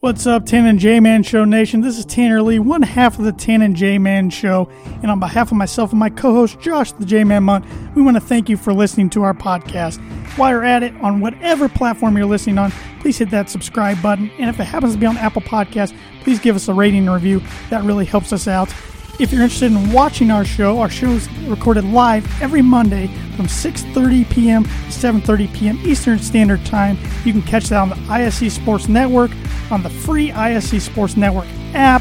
What's up, Tan and J Man Show Nation? This is Tanner Lee, one half of the Tan and J Man Show. And on behalf of myself and my co host, Josh the J Man Munt, we want to thank you for listening to our podcast. While you're at it, on whatever platform you're listening on, please hit that subscribe button. And if it happens to be on Apple Podcasts, please give us a rating and review. That really helps us out. If you're interested in watching our show, our show is recorded live every Monday from 6:30 p.m. to 7:30 p.m. Eastern Standard Time. You can catch that on the ISC Sports Network, on the free ISC Sports Network app,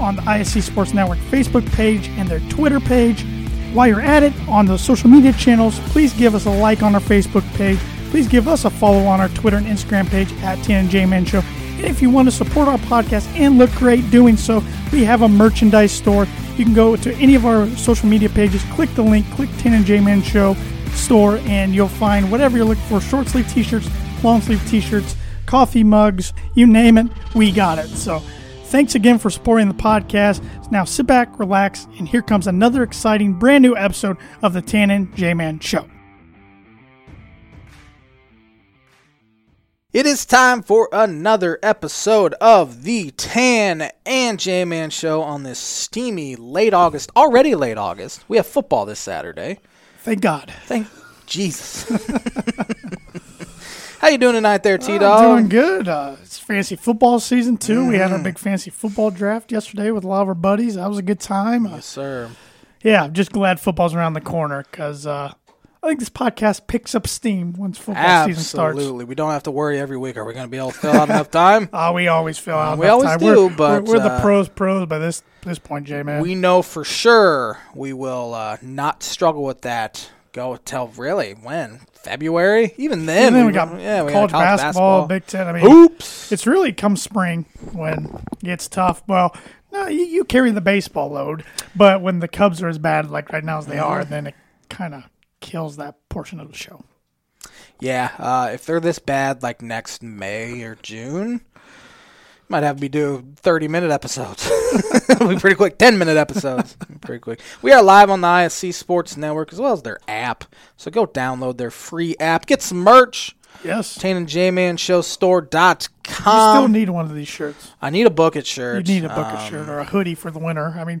on the ISC Sports Network Facebook page and their Twitter page. While you're at it, on those social media channels, please give us a like on our Facebook page. Please give us a follow on our Twitter and Instagram page at TNJ Man Show. And if you want to support our podcast and look great doing so, we have a merchandise store. You can go to any of our social media pages, click the link, click Tan and J Man Show store, and you'll find whatever you're looking for short sleeve t shirts, long sleeve t shirts, coffee mugs, you name it, we got it. So thanks again for supporting the podcast. Now sit back, relax, and here comes another exciting brand new episode of the Tan and J Man Show. It is time for another episode of the Tan and J Man Show on this steamy late August, already late August. We have football this Saturday. Thank God. Thank Jesus. How you doing tonight, there, T I'm Dog? Doing good. Uh, it's fancy football season too. We Mm-hmm. had our big fancy football draft yesterday with a lot of our buddies. That was a good time. Uh, yes, sir. yeah, I'm just glad football's around the corner because uh, I think this podcast picks up steam once football season starts. Absolutely. We don't have to worry every week. Are we going to be able to fill out enough time? Oh, we always fill out. we enough always time. do, we're, but, we're, we're the uh, pros, pros by this this point, J man. We know for sure we will uh, not struggle with that. Go till really when February? Even then, and then we were- got yeah, we college, had college basketball, basketball. Big Ten. I mean, Oops. it's really come spring when it gets tough. Well, no, you, you carry the baseball load, but when the Cubs are as bad like right now as they are, then it kind of kills that portion of the show. Yeah, uh, if they're this bad, like next May or June, might have me do thirty-minute episodes. It'll be pretty quick. Ten-minute episodes, pretty quick. We are live on the ISC Sports Network as well as their app. So go download their free app, get some merch. Yes, Um, you Tane and J-Man Show still Store.com. need one of these shirts. I need a bucket shirt. Um, You need a bucket shirt or a hoodie for the winter. um, I mean,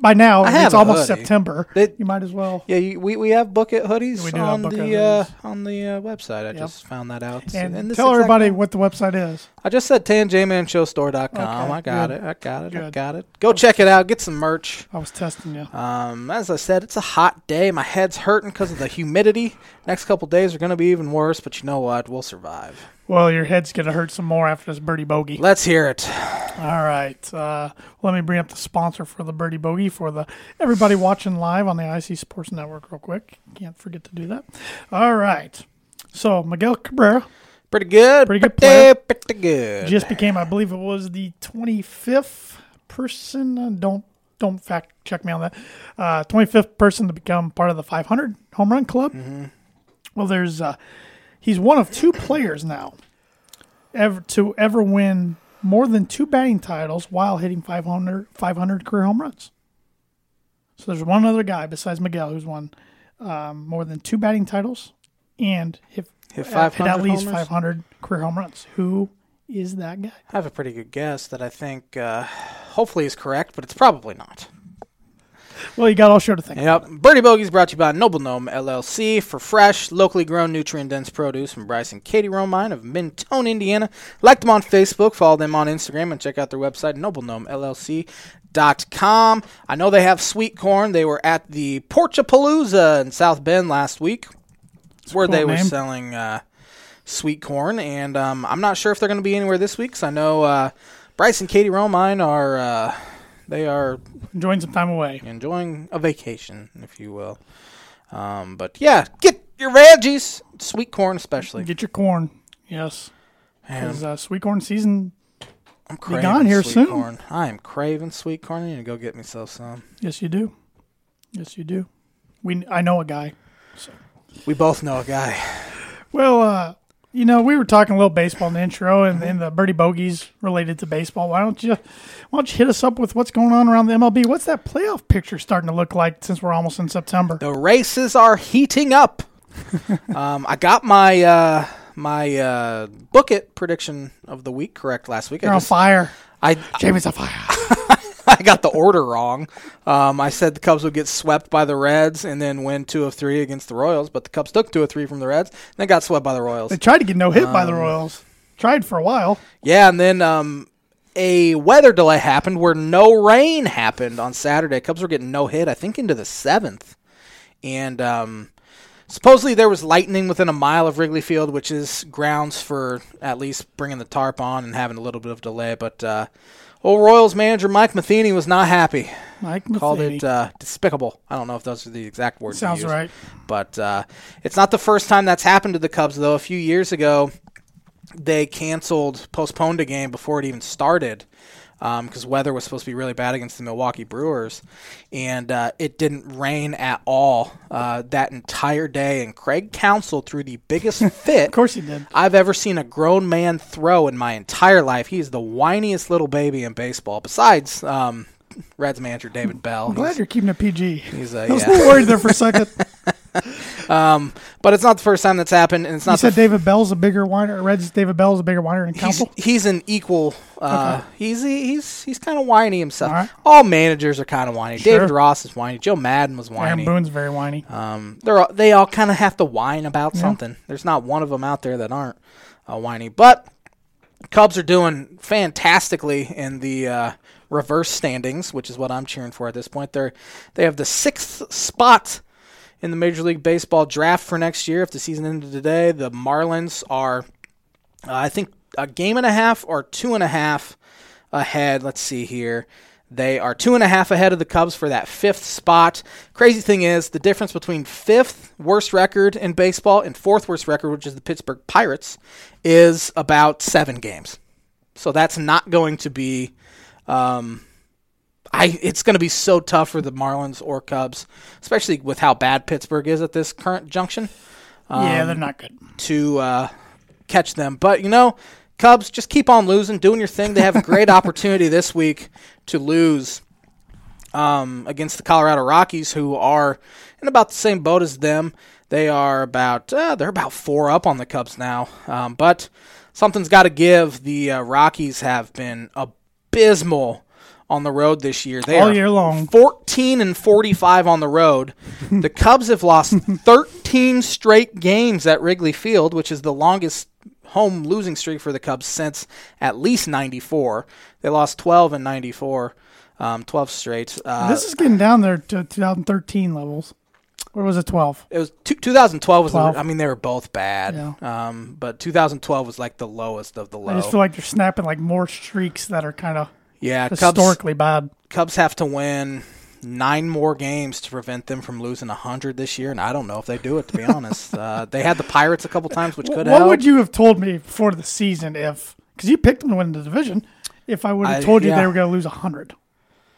by now have it's a almost hoodie. September. It- you might as well. Yeah, you, we, we have bucket hoodies We do have on, bucket the, hoodies. Uh, on the uh, website. I just found that out. And, this tell exact everybody what the website is. I just said tanjmanshowstore.com. Okay, I got good. it. I got it. I Good. got it. Go check it out. Get some merch. I was testing you. Um, as I said, it's a hot day. My head's hurting because of the humidity. Next couple days are going to be even worse, but you know what? We'll survive. Well, your head's gonna hurt some more after this birdie bogey. Let's hear it. All right. Uh, let me bring up the sponsor for the Birdie Bogey for the everybody watching live on the IC Sports Network real quick. Can't forget to do that. All right. So Miguel Cabrera Pretty good. Pretty good player. Pretty, pretty good. just became, I believe it was the 25th person. uh, Don't don't fact check me on that. Uh, 25th person to become part of the 500 home run club. Well, there's uh, he's one of two players now ever to ever win more than two batting titles while hitting 500, 500 career home runs. So there's one other guy besides Miguel who's won um, more than two batting titles and hit, uh, Hit hit 500 at least homers? 500 career home runs. Who is that guy? I have a pretty good guess that I think uh, hopefully is correct, but it's probably not. Well, you got all show to think. Yep. Birdie Bogies brought to you by Noble Gnome LLC for fresh, locally grown, nutrient dense produce from Bryce and Katie Romine of Mentone, Indiana. Like them on Facebook, follow them on Instagram, and check out their website, noblegnomellc.com. I know they have sweet corn. They were at the Porchapalooza in South Bend last week where cool they were name. selling uh, sweet corn. And um, I'm not sure if they're going to be anywhere this week 'cause I know uh, Bryce and Katie Romine are. Uh, they are Enjoying some time away. enjoying a vacation, if you will. Um, but yeah, get your veggies, sweet corn especially. Get your corn. Yes. Man, Because uh, sweet corn season, I'm craving gone here sweet soon. corn. I am craving sweet corn. I need to go get myself some. yes, you do. Yes, you do. We I know a guy. We both know a guy. Well, uh, you know, we were talking a little baseball in the intro and, and the birdie bogeys related to baseball. Why don't you why don't you hit us up with what's going on around the MLB? What's that playoff picture starting to look like since we're almost in September? The races are heating up. um, I got my uh, my uh, book it prediction of the week correct last week. You're I, on just, fire. I Jamie's on fire. I got the order wrong. Um, I said the Cubs would get swept by the Reds and then win two of three against the Royals, but the Cubs took two of three from the Reds and then got swept by the Royals. They tried to get no hit Um, by the Royals. Tried for a while. Yeah, and then um, a weather delay happened where no rain happened on Saturday. Cubs were getting no hit, I think, into the seventh, and um, supposedly there was lightning within a mile of Wrigley Field, which is grounds for at least bringing the tarp on and having a little bit of delay. But uh, old Royals manager Mike Matheny was not happy. Mike Called Matheny. it uh, despicable. I don't know if those are the exact words. he Sounds used. right. But uh, it's not the first time that's happened to the Cubs, though. A few years ago, they canceled, postponed a game before it even started because weather was supposed to be really bad against the Milwaukee Brewers, and uh, it didn't rain at all uh, that entire day. And Craig Counsell threw the biggest fit. Of course he did. I've ever seen a grown man throw in my entire life. He is the whiniest little baby in baseball. Besides, um, Reds manager David Bell. I'm glad He's- you're keeping it PG. he's, uh, I was a yeah. little worried there for a second. Um, but it's not the first time that's happened, and it's You not the said David Bell's a bigger whiner. Reds David Bell's a bigger whiner than he's, Council. he's an equal. Uh, He's he's he's kind of whiny himself. All All, right. managers are kind of whiny. David Ross is whiny. Joe Madden was Aaron whiny. Boone's very whiny. Um, they're all, they all kind of have to whine about something. There's not one of them out there that aren't uh, whiny. But Cubs are doing fantastically in the uh, reverse standings, which is what I'm cheering for at this point. They're they have the sixth spot in the Major League Baseball draft for next year. If the season ended today, the Marlins are uh, I think a game and a half or two and a half ahead. Let's see here. They are two and a half ahead of the Cubs for that fifth spot. Crazy thing is, the difference between fifth worst record in baseball and fourth worst record, which is the Pittsburgh Pirates, is about seven games. So that's not going to be. Um, I it's going to be so tough for the Marlins or Cubs, especially with how bad Pittsburgh is at this current junction yeah, um, they're not good. to uh, catch them. But you know, Cubs just keep on losing, doing your thing. They have a great opportunity this week to lose um, against the Colorado Rockies, who are in about the same boat as them. They are about uh, they're about four up on the Cubs now, um, but something's got to give. The uh, Rockies have been abysmal on the road this year. They All are year long. 14 and 45 on the road. The Cubs have lost 13 straight games at Wrigley Field, which is the longest home losing streak for the Cubs since at least 94. They lost 12 and 94, um, 12 straight. Uh, This is getting down there to 2013 levels. Or was it 12? it was two, 2012 was 12. The, I mean they were both bad. Yeah. Um, but 2012 was like the lowest of the low. I just feel like they're snapping like more streaks that are kind of yeah, Cubs historically bad. Cubs have to win nine more games to prevent them from losing 100 this year, and I don't know if they do it, to be honest. Uh, they had the Pirates a couple times, which what could help. would you have told me before the season if because you picked them to win the division if i would have I- told you they yeah. were going to lose 100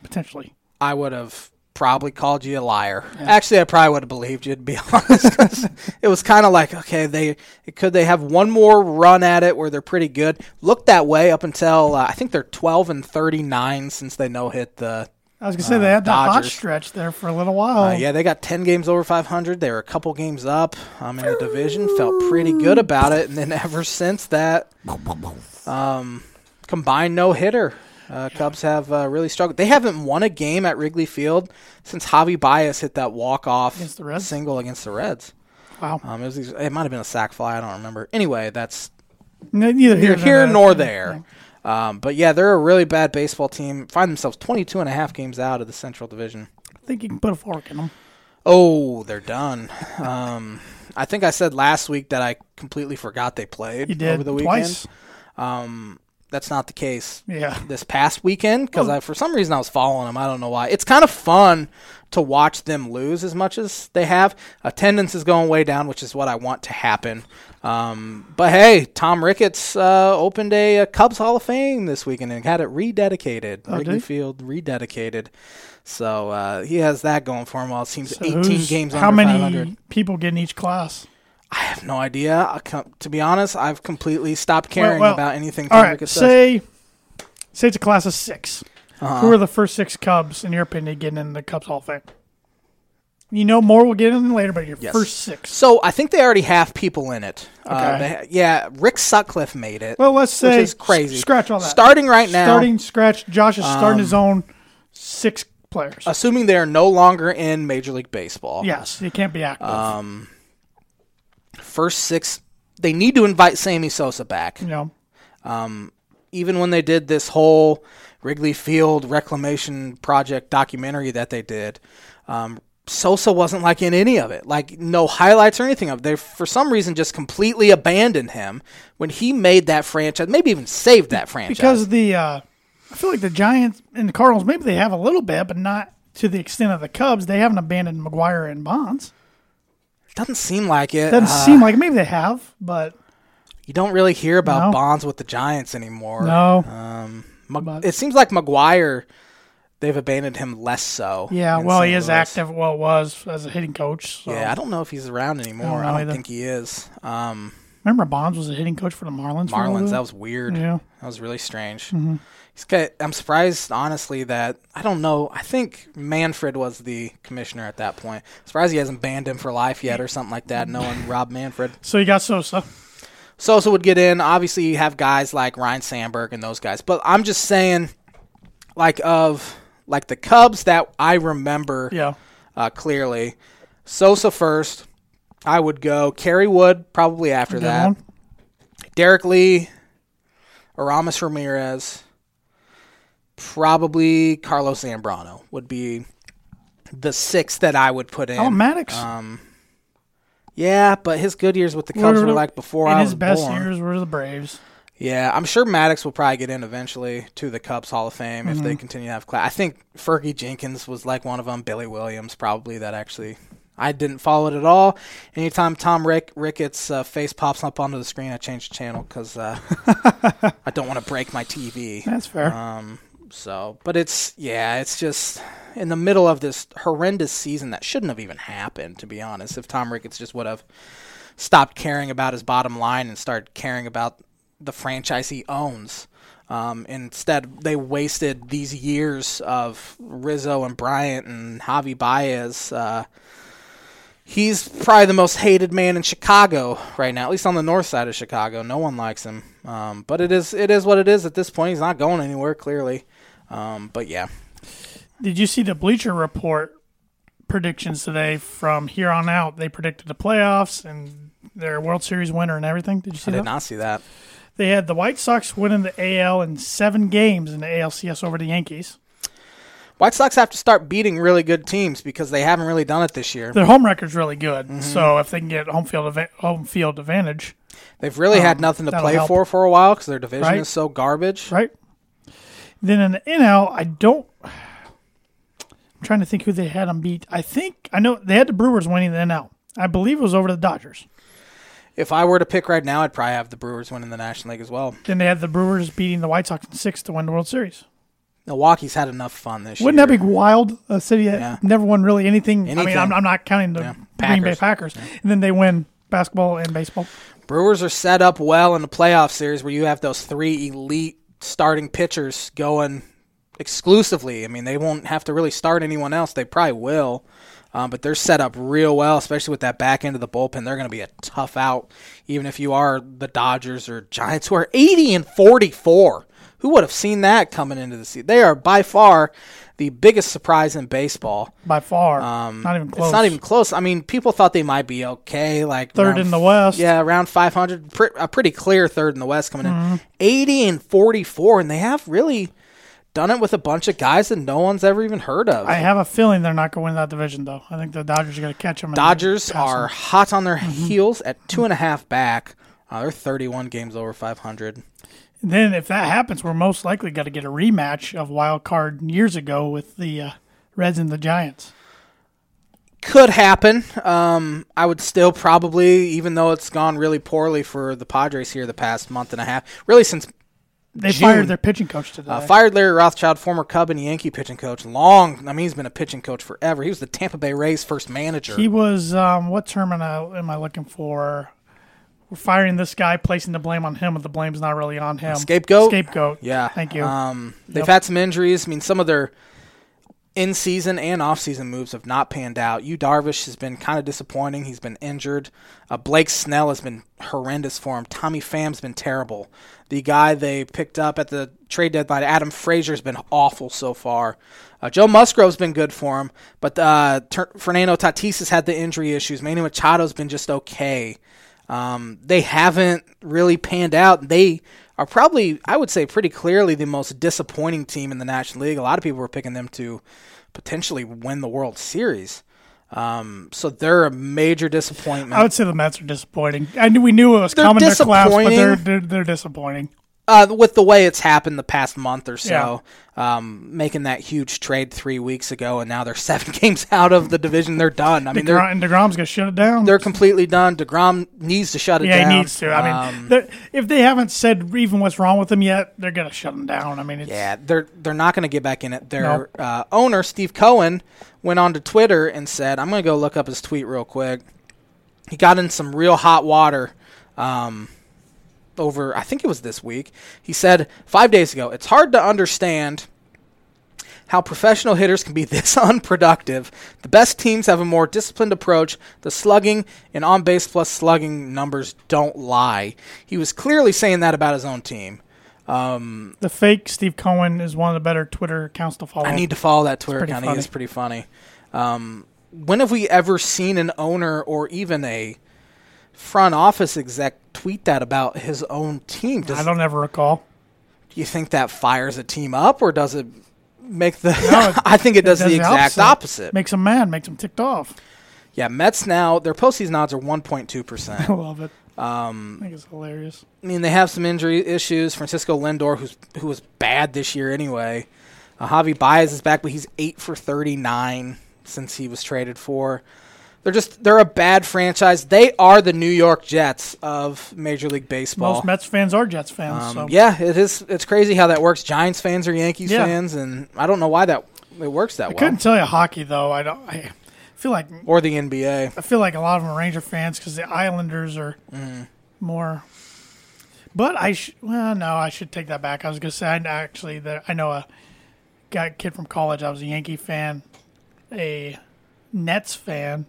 potentially I would have probably called you a liar. Actually, I probably would have believed you, to be honest. 'cause it was kind of like, okay, they could they have one more run at it where they're pretty good? Looked that way up until uh, I think they're 12 and 39 since they no hit the i was going to say they had that hot Uh, Dodgers. stretch there for a little while Uh, yeah, they got 10 games over 500. They were a couple games up um, in the division. Felt pretty good about it. And then ever since that, um, combined no hitter. Uh, Cubs have uh, really struggled. They haven't won a game at Wrigley Field since Javi Baez hit that walk off Against the Reds? single against the Reds. wow Um, it, was, it might have been a sac fly. I don't remember. Anyway, that's N- neither neither here, here there. nor there. Um, but yeah, they're a really bad baseball team. Find themselves 22 and a half games out of the Central Division. i think you can put a fork in them Oh, they're done. Um, I think I said last week that I completely forgot they played you did over the twice weekend. Um, that's not the case yeah this past weekend because I, for some reason, I was following them. I don't know why. It's kind of fun to watch them lose as much as they have. Attendance is going way down, which is what I want to happen. Um, but hey, Tom Ricketts uh, opened a, uh Cubs Hall of Fame this weekend and had it rededicated. Oh, did Wrigley he? Field rededicated. So uh, he has that going for him. While it seems So 18 who's- games how under many 500. people get in each class I have no idea. I com- to be honest, I've completely stopped caring well, about anything Tom all right Ricketts does. say say it's a class Uh-huh. of 6 who are the first six cubs in your opinion getting in the cubs hall of fame You know, more we'll get in later, but your Yes. first six. So I think they already have people in it. Uh, Okay. they- yeah, Rick Sutcliffe made it. Well, let's say which is crazy. s- Scratch all that. Starting right now, Um, Starting scratch. Josh is starting his own six players. assuming they are no longer in Major League Baseball. yes, he can't be active. Um, First six, they need to invite Sammy Sosa back. you know, Even when they did this whole Wrigley Field reclamation project documentary that they did, um, Sosa wasn't like in any of it. Like no highlights or anything of it. They for some reason just completely abandoned him when he made that franchise, maybe even saved that franchise. because the uh, I feel like the Giants and the Cardinals maybe they have a little bit, but not to the extent of the Cubs. They haven't abandoned McGuire and Bonds. doesn't seem like it. Doesn't Uh, seem like maybe they have, but You don't really hear about No. Bonds with the Giants anymore. no. Um, Mag- But- it seems like McGuire, they've abandoned him less so. yeah, in well, he St. is Louis. active. Well, was as a hitting coach. So. Yeah, I don't know if he's around anymore. I know don't, either. think he is. Um, Remember, Bonds was a hitting coach for the Marlins. for a little Marlins, bit? that was weird. Yeah. Mm-hmm. That was really strange. He's got, I'm surprised, honestly, that I don't know. I think Manfred was the commissioner at that point. Surprised he hasn't banned him for life yet or something like that, knowing Rob Manfred. so you got Sosa. Sosa would get in. Obviously, you have guys like Ryan Sandberg and those guys. But I'm just saying, like of like the Cubs that I remember Yeah, uh, clearly. Sosa first. I would go Kerry Wood probably after good that. one. Derek Lee, Aramis Ramirez, probably Carlos Zambrano would be the six that I would put in. Um, Oh, Maddox. uh, yeah, but his good years with the Cubs were like before In I was his best born. years were the Braves. Yeah, I'm sure Maddox will probably get in eventually to the Cubs Hall of Fame if they continue to have class. I think Fergie Jenkins was like one of them. Billy Williams probably that actually. I didn't follow it at all. Anytime Tom Rick Ricketts' uh, face pops up onto the screen, I change the channel because uh, I don't want to break my TV. That's fair. Um, so, but it's yeah, it's just in the middle of this horrendous season that shouldn't have even happened. To be honest, if Tom Ricketts just would have stopped caring about his bottom line and started caring about the franchise he owns. Um, instead, they wasted these years of Rizzo and Bryant and Javi Baez. Uh, he's probably the most hated man in Chicago right now, at least on the north side of Chicago. No one likes him. Um, but it is it is what it is at this point. He's not going anywhere clearly. Um, but yeah, Did you see the Bleacher Report predictions today? From here on out, they predicted the playoffs and their World Series winner and everything. Did you see I that? did not see that. They had the White Sox winning the AL in seven games in the ALCS over the Yankees. White Sox have to start beating really good teams because they haven't really done it this year. Their home record's really good, Mm-hmm. so if they can get home field adva- home field advantage, They've really had nothing to Um, that'll play help. for for a while because their division Right. is so garbage. right? Then in the NL, I don't. I'm trying to think who they had them beat. I think I know they had the Brewers winning the NL. I believe it was over the Dodgers. If I were to pick right now, I'd probably have the Brewers winning the National League as well. Then they had the Brewers beating the White Sox in six to win the World Series. Milwaukee's had enough fun this Wouldn't year. that be wild? A city that Yeah. never won really anything. I mean, Anything. I'm, I'm not counting the Green Bay Packers. And then they win basketball and baseball. Brewers are set up well in the playoff series where you have those three elite starting pitchers going exclusively. I mean, they won't have to really start anyone else. They probably will. Um, but they're set up real well, especially with that back end of the bullpen. They're going to be a tough out, even if you are the Dodgers or Giants, who are 80 and 44. Who would have seen that coming into the season? They are by far the biggest surprise in baseball. By far, not even close. Um, It's not even close. I mean, people thought they might be okay, like Third around- in the West. Yeah, around 500, pre- a pretty clear third in the West coming Mm-hmm. in. 80 and 44, and they have really done it with a bunch of guys that no one's ever even heard of. I have a feeling they're not going to win that division, though. I think the Dodgers are going to catch them. Mm-hmm. and Dodgers pass are hot on their heels at two and a half back. Uh, they're 31 games over 500. them. Then, if that happens, we're most likely going to get a rematch of wild card years ago with the uh, Reds and the Giants. Could happen. Um, I would still probably, even though it's gone really poorly for the Padres here the past month and a half, really since They June. fired their pitching coach today. Uh, fired Larry Rothschild, former Cub and Yankee pitching coach. Long, I mean, he's been a pitching coach forever. He was the Tampa Bay Rays' first manager. He was um, what term am I, am I looking for? We're firing this guy, placing the blame on him, but the blame's not really on him. Scapegoat? Scapegoat. yeah, Thank you. Um, they've Yep. had some injuries. I mean, some of their in season and off season moves have not panned out. You Darvish has been kind of disappointing. He's been injured. Uh, Blake Snell has been horrendous for him. Tommy Pham's been terrible. The guy they picked up at the trade deadline, Adam Frazier's been awful so far. Uh, Joe Musgrove's been good for him, but uh, Ter- Fernando Tatis has had the injury issues. Manny Machado's been just okay. Um, they haven't really panned out. They are probably, I would say, pretty clearly the most disappointing team in the National League. A lot of people were picking them to potentially win the World Series. Um, so they're a major disappointment. I would say the Mets are disappointing. I knew we knew it was They're coming. Their collapse, but they're, disappointing. they're they're disappointing. uh, with the way it's happened the past month or so, um, making that huge trade three weeks ago, and now they're seven games out of the division. They're done. I mean, they're Degrom, and Degrom's gonna shut it down. they're completely done. Degrom needs to shut it yeah, down. he needs to. I Um, mean, they're if they haven't said even what's wrong with him yet, they're gonna shut him down. I mean, it's, Yeah, they're they're not going to get back in it. Their uh, owner Steve Cohen went onto Twitter and said, "I'm going to go look up his tweet real quick." He got in some real hot water um, over, I think it was this week. He said five days ago, "It's hard to understand." How professional hitters can be this unproductive. The best teams have a more disciplined approach. The slugging and on base plus slugging numbers don't lie. He was clearly saying that about his own team. the fake Steve Cohen is one of the better Twitter accounts to follow. I need to follow that Twitter pretty account. He funny. is pretty funny. Um, when have we ever seen an owner or even a front office exec tweet that about his own team? I Does don't ever recall. you think that fires a team up, or does it make the? No, I think it does, the exact opposite. Makes them mad. Makes them ticked off. Yeah, Mets now their postseason odds are one point two percent. I love it. Um, I think it's hilarious. I mean, they have some injury issues. Francisco Lindor, who's who was bad this year anyway. Uh, Javi Baez is back, but he's eight for thirty nine since he was traded for. They're just they're a bad franchise. They are the New York Jets of Major League Baseball. Most Mets fans are Jets fans. Um, so Yeah, it is. It's crazy how that works. Giants fans are Yankees Yeah. fans, and I don't know why that it works that I well. couldn't tell you hockey though. I don't. I feel like Or the NBA. I feel like a lot of them are Ranger fans because the Islanders are Mm-hmm. more. But I sh- well no I should take that back. I was gonna say I kn- actually that I know a guy kid from college. I was a Yankee fan, a Nets fan,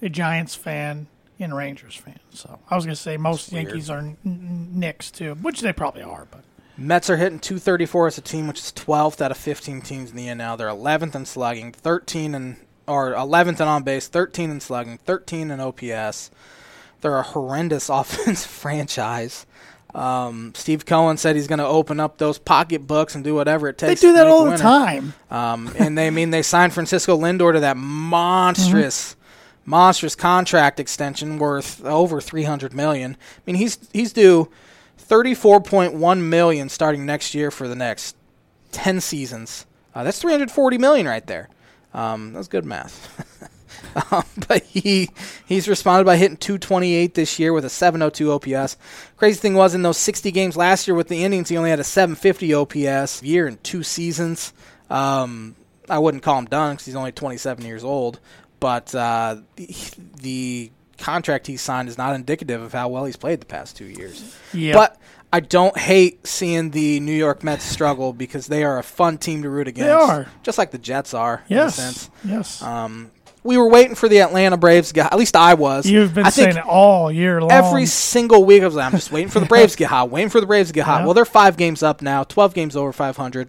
a Giants fan, and a Rangers fan. So I was gonna say most weird. Yankees are n- n- Knicks too, which they probably are. But Mets are hitting 234 as a team, which is 12th out of 15 teams in the NL. They're 11th in slugging, 13 and or 11th in on base, 13 in slugging, 13 in OPS. They're a horrendous offensive franchise. Um, Steve Cohen said he's going to open up those pocketbooks and do whatever it they takes. do to that make all the winners. time. Um, and they I mean they signed Francisco Lindor to that monstrous, monstrous contract extension worth over three hundred million. I mean he's he's due thirty four point one million starting next year for the next ten seasons. Uh, that's three hundred forty million right there. Um, that's good math. Um, but he he's responded by hitting 228 this year with a 702 OPS. Crazy thing was in those 60 games last year with the Indians, he only had a 750 OPS year in two seasons. Um, I wouldn't call him done because he's only 27 years old, but uh, the, the contract he signed is not indicative of how well he's played the past two years. Yeah, But I don't hate seeing the New York Mets struggle because they are a fun team to root against. are. just like the Jets are. in a sense. yes, yes. Um, we were waiting for the Atlanta Braves guy. At least I was. You've been I think saying it all year long. every single week I was like, I'm just waiting for the Braves to get hot, waiting for the Braves to get hot. Yeah. Well, they're five games up now, 12 games over 500.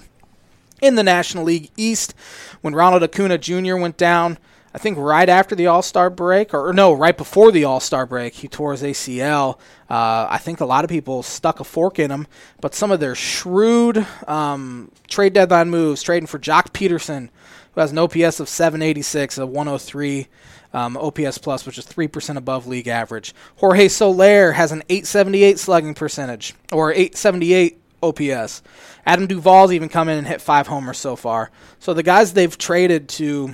In the National League East, when Ronald Acuna Jr. went down, I think right after the All Star break, or, or no, right before the All Star break, he tore his ACL. Uh, I think a lot of people stuck a fork in him, but some of their shrewd um, trade deadline moves, trading for Jock Peterson, who has an OPS of 786, a 103 um, OPS plus, which is 3% above league average. Jorge Soler has an 878 slugging percentage, or 878 OPS. Adam Duvall's even come in and hit five homers so far. So the guys they've traded to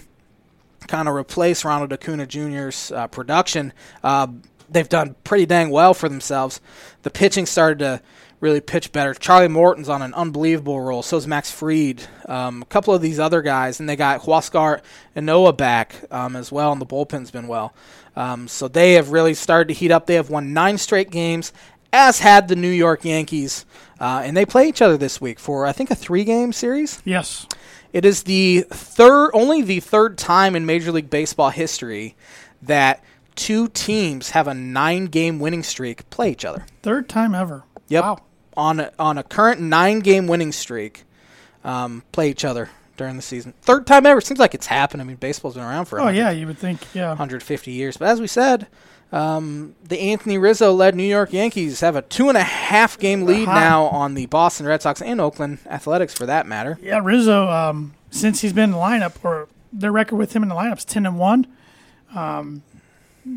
kind of replace Ronald Acuna Jr.'s uh, production, uh, they've done pretty dang well for themselves. The pitching started to really pitch better. Charlie Morton's on an unbelievable roll. So is Max Fried. Um, a couple of these other guys, and they got Huascar and Noah back um, as well, and the bullpen's been well. Um, so they have really started to heat up. They have won nine straight games, as had the New York Yankees. Uh, and they play each other this week for I think a three-game series. Yes. It is the third, only the third time in Major League Baseball history that two teams have a nine-game winning streak play each other. Third time ever. Yep. Wow. On a, on a current nine-game winning streak, um, play each other during the season. Third time ever. Seems like it's happened. I mean, baseball's been around for Oh, yeah, you would think. Yeah. 150 years. But as we said, um, the Anthony Rizzo led New York Yankees have a two and a half game lead Uh-huh. now on the Boston Red Sox and Oakland Athletics for that matter. Yeah, Rizzo, um, since he's been in the lineup, or their record with him in the lineup is 10 and 1. Um,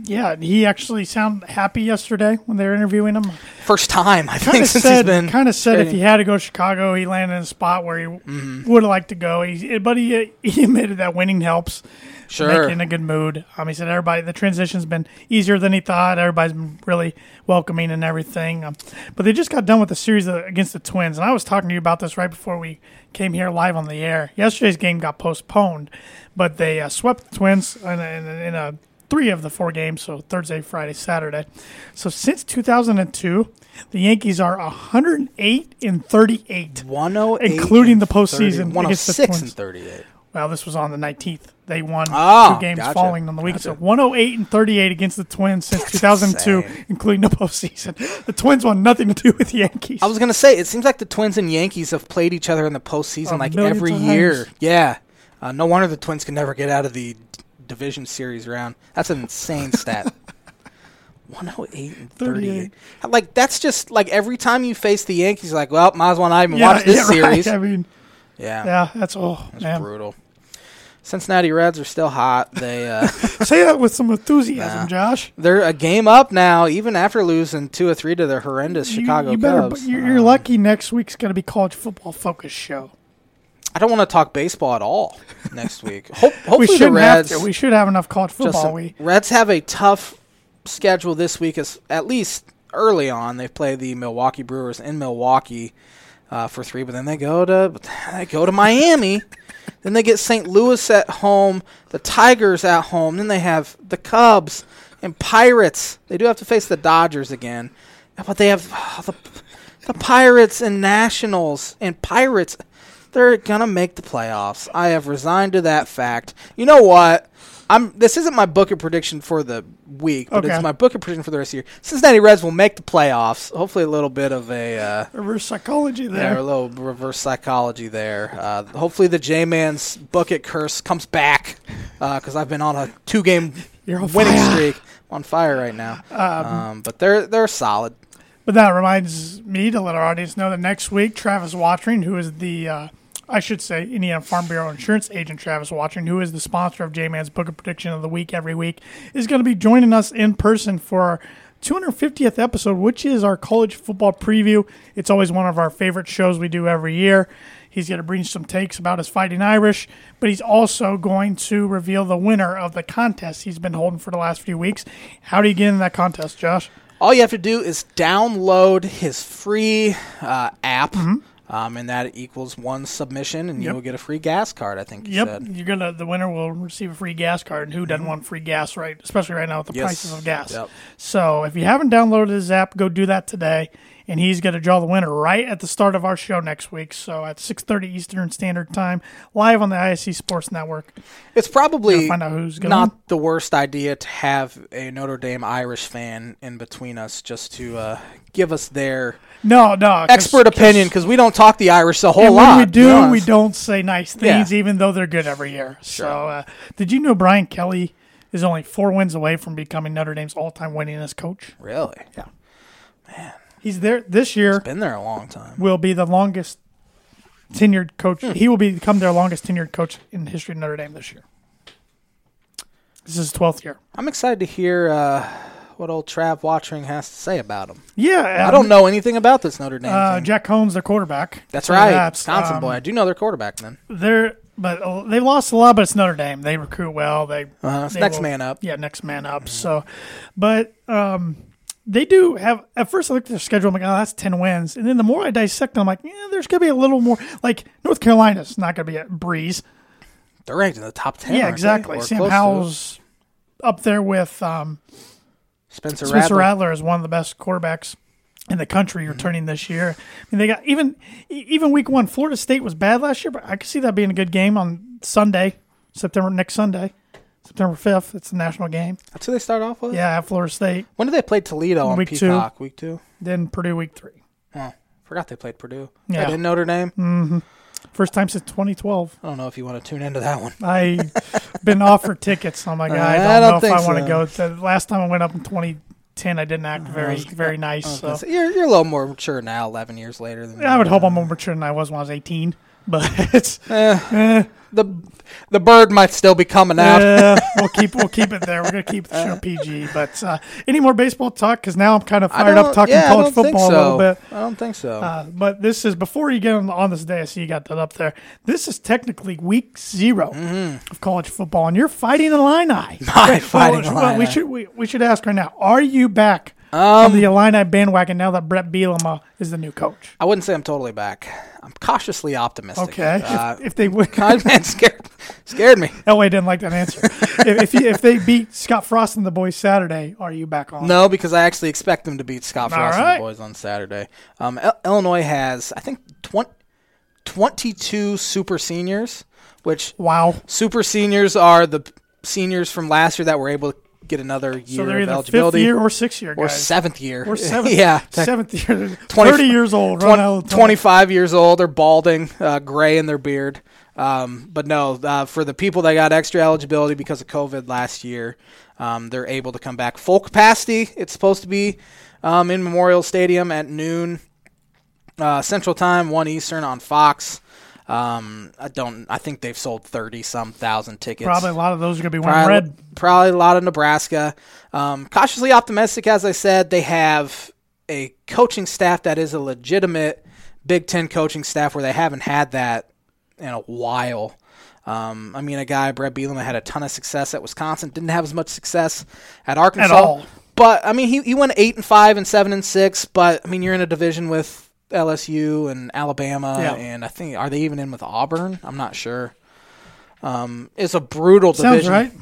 yeah, and he actually sounded happy yesterday when they were interviewing him. First time, I Kind think, of since said, he's been. kind of said, if trading. he had to go to Chicago, he landed in a spot where he Mm-hmm. would have liked to go. He, but he, he admitted that winning helps. Sure. Nick in a good mood. Um, he said everybody the transition's been easier than he thought. Everybody's been really welcoming and everything. Um, but they just got done with the series uh, against the Twins, and I was talking to you about this right before we came here live on the air. Yesterday's game got postponed, but they uh, swept the Twins in, in, in uh three of the four games, so Thursday, Friday, Saturday. So since 2002, the Yankees are 108 and 38. 108 including the and 30 postseason against the 106 and Twins. 38. Well, this was on the 19th. They won two Oh, games gotcha. following on the weekend. So Gotcha. 108 and 38 against the Twins since 2002, insane. including the postseason. The Twins want nothing to do with the Yankees. I was going to say, it seems like the Twins and Yankees have played each other in the postseason A like million every times. year. Yeah. Uh, no wonder the Twins can never get out of the d- division series round. That's an insane stat. 108 and 38. 38. Like, that's just like every time you face the Yankees, like, well, might as well not even Yeah, watch this yeah, right. series. I mean, Yeah. yeah, that's oh That's man. brutal. Cincinnati Reds are still hot. They uh, Say that with some enthusiasm, Nah. Josh. they're a game up now, even after losing two or three to the horrendous You- Chicago you, better. Cubs. You're, you're Um, lucky. Next week's going to be college football focus show. I don't want to talk baseball at all next week. Hope, hopefully we the shouldn't Reds. have to. We should have enough college football. Justin, we Reds have a tough schedule this week, as at least early on. They play the Milwaukee Brewers in Milwaukee uh, for three, but then they go to but they go to Miami. then they get St. Louis at home, the Tigers at home. Then they have the Cubs and Pirates. They do have to face the Dodgers again, but they have ah, the the Pirates and Nationals and Pirates. They're gonna make the playoffs. I have resigned to that fact. You know what? I'm. This isn't my booking prediction for the week, but Okay. it's my booking prediction for the rest of the year. Cincinnati Reds will make the playoffs. Hopefully, a little bit of a uh, reverse psychology yeah, there. a little reverse psychology there. Uh, hopefully, the J Man's bucket curse comes back because I've been on a two game You're on winning fire. streak. I'm on fire right now. Um, but they're they're solid. But that reminds me to let our audience know that next week, Travis Watering, who is the, uh, I should say, Indiana Farm Bureau insurance agent, Travis Watering, who is the sponsor of J Man's Book of Prediction of the Week every week, is going to be joining us in person for our 250th episode, which is our college football preview. It's always one of our favorite shows we do every year. He's going to bring some takes about his fighting Irish, but he's also going to reveal the winner of the contest he's been holding for the last few weeks. How do you get in that contest, Josh? All you have to do is download his free uh, app, um, and that equals one submission, and Mm-hmm. you Yep. will get a free gas card. I think you Yep, said. Mhm. you're gonna. The winner will receive a free gas card, and who doesn't want free gas, right? Especially right now with the Yes. prices of gas. Yep. So if you haven't downloaded his app, go do that today. And he's gonna draw the winner right at the start of our show next week. So at 6:30 Eastern Standard Time, live on the ISC Sports Network. It's probably Gotta find out who's gonna not win. the worst idea to have a Notre Dame Irish fan in between us just to uh, give us their No, no, 'cause- expert 'cause- opinion because we don't talk the Irish a whole and lot. When we to be do, honest. we don't say nice Yeah. things, even though they're good every year. So, uh, did you know Brian Kelly is only four wins away from becoming Notre Dame's all-time winningest coach? Really? Yeah. He's there this year. Been there a long time. will be the longest tenured coach. Hmm. He will become their longest tenured coach in the history of Notre Dame this year. This is his twelfth year. I'm excited to hear uh, what old Trav Watchering has to say about him. Yeah, I don't know anything about this Notre Dame Um, Uh, team. Jack Holmes, their quarterback. That's So right, Wisconsin um, boy. I do know their quarterback then. They're but uh, they lost a lot, but it's Notre Dame. They recruit well. They Uh, it's they next will- man up. Mm-hmm. Yeah, next man up. So, but um, they do have. At first, I looked at their schedule. I'm like, oh, that's ten wins. And then the more I dissect them, I'm like, yeah, there's gonna be a little more. Like North Carolina's not gonna be a breeze. They're ranked in the top ten. Yeah, aren't they? exactly. Or Sam close to it. Howell's up there with um, Spencer, Spencer Rattler. Mm-hmm. Rattler is one of the best quarterbacks in the country returning this year. I mean, they got even e- even week one. Florida State was bad last year, but I could see that being a good game on Sunday, September next Sunday, September fifth. It's a national game. That's who they start off with. Yeah, at Florida State, When did they play Toledo on Week two. Peacock? Week two. then Purdue week three. Oh, forgot they played Purdue. Yeah. Mm. I didn't Notre Dame. First time since 2012. I don't know if you want to tune into that one. I've been offered tickets. I'm like, I don't, I don't know if think I want to so. go. The last time I went up in 2010, I didn't act very, very I nice. was Oh, So gonna say, you're, you're a little more mature now, 11 years later. Than uh, I would hope I'm more mature than I was when I was 18. But it's eh, eh, the the bird might still be coming out. yeah, eh, we'll keep we'll keep it there. We're gonna keep the show PG. But uh, any more baseball talk? Because now I'm kind of I fired up don't- talking yeah, I college don't think football a little so. bit. I don't think so. Uh, but this is before you get on, on this day. I see you got that up there. This is technically week 0 of college football, and you're fighting the Illini. My Mm-hmm. fighting well, well, we Illini. Um, should we, we should ask right now. Are you back on the Illini bandwagon now that Brett Bielema is the new coach? I wouldn't say I'm totally back. I'm cautiously optimistic. Okay, Uh, if, if they win, God, man, scared scared me. Elway Oh, didn't like that answer. if if, you, if they beat Scott Frost and the boys Saturday, are you back on? No, because I actually expect them to beat Scott All Frost right. and the boys on Saturday. Um, Il- Illinois has, I think, 20, 22 super seniors, which Wow. super seniors are the p- seniors from last year that were able to get another year So they're either of fifth eligibility year or sixth year or guys. seventh year. or seventh. yeah. seventh year. 20 Thirty years old. Twen- run out of time. 25 years old. They're balding, uh, gray in their beard. Um, but no, uh, for the people that got extra eligibility because of COVID last year, um, they're able to come back full capacity. It's supposed to be um, in Memorial Stadium at noon uh, Central Time, one Eastern on Fox. Um, I don't. I think they've sold thirty some thousand tickets. Probably a lot of those are going to be wearing Probably, red. probably a lot of Nebraska. Um, cautiously optimistic, as I said, they have a coaching staff that is a legitimate Big Ten coaching staff where they haven't had that in a while. Um, I mean, a guy, Brett Bielema, had a ton of success at Wisconsin, didn't have as much success at Arkansas. all. But, I mean, he, he went 8 and 5 and 7 and 6, but, I mean, you're in a division with LSU and Alabama, Yeah. and I think, are they even in with Auburn? I'm not sure. Um, it's a brutal Sounds division right.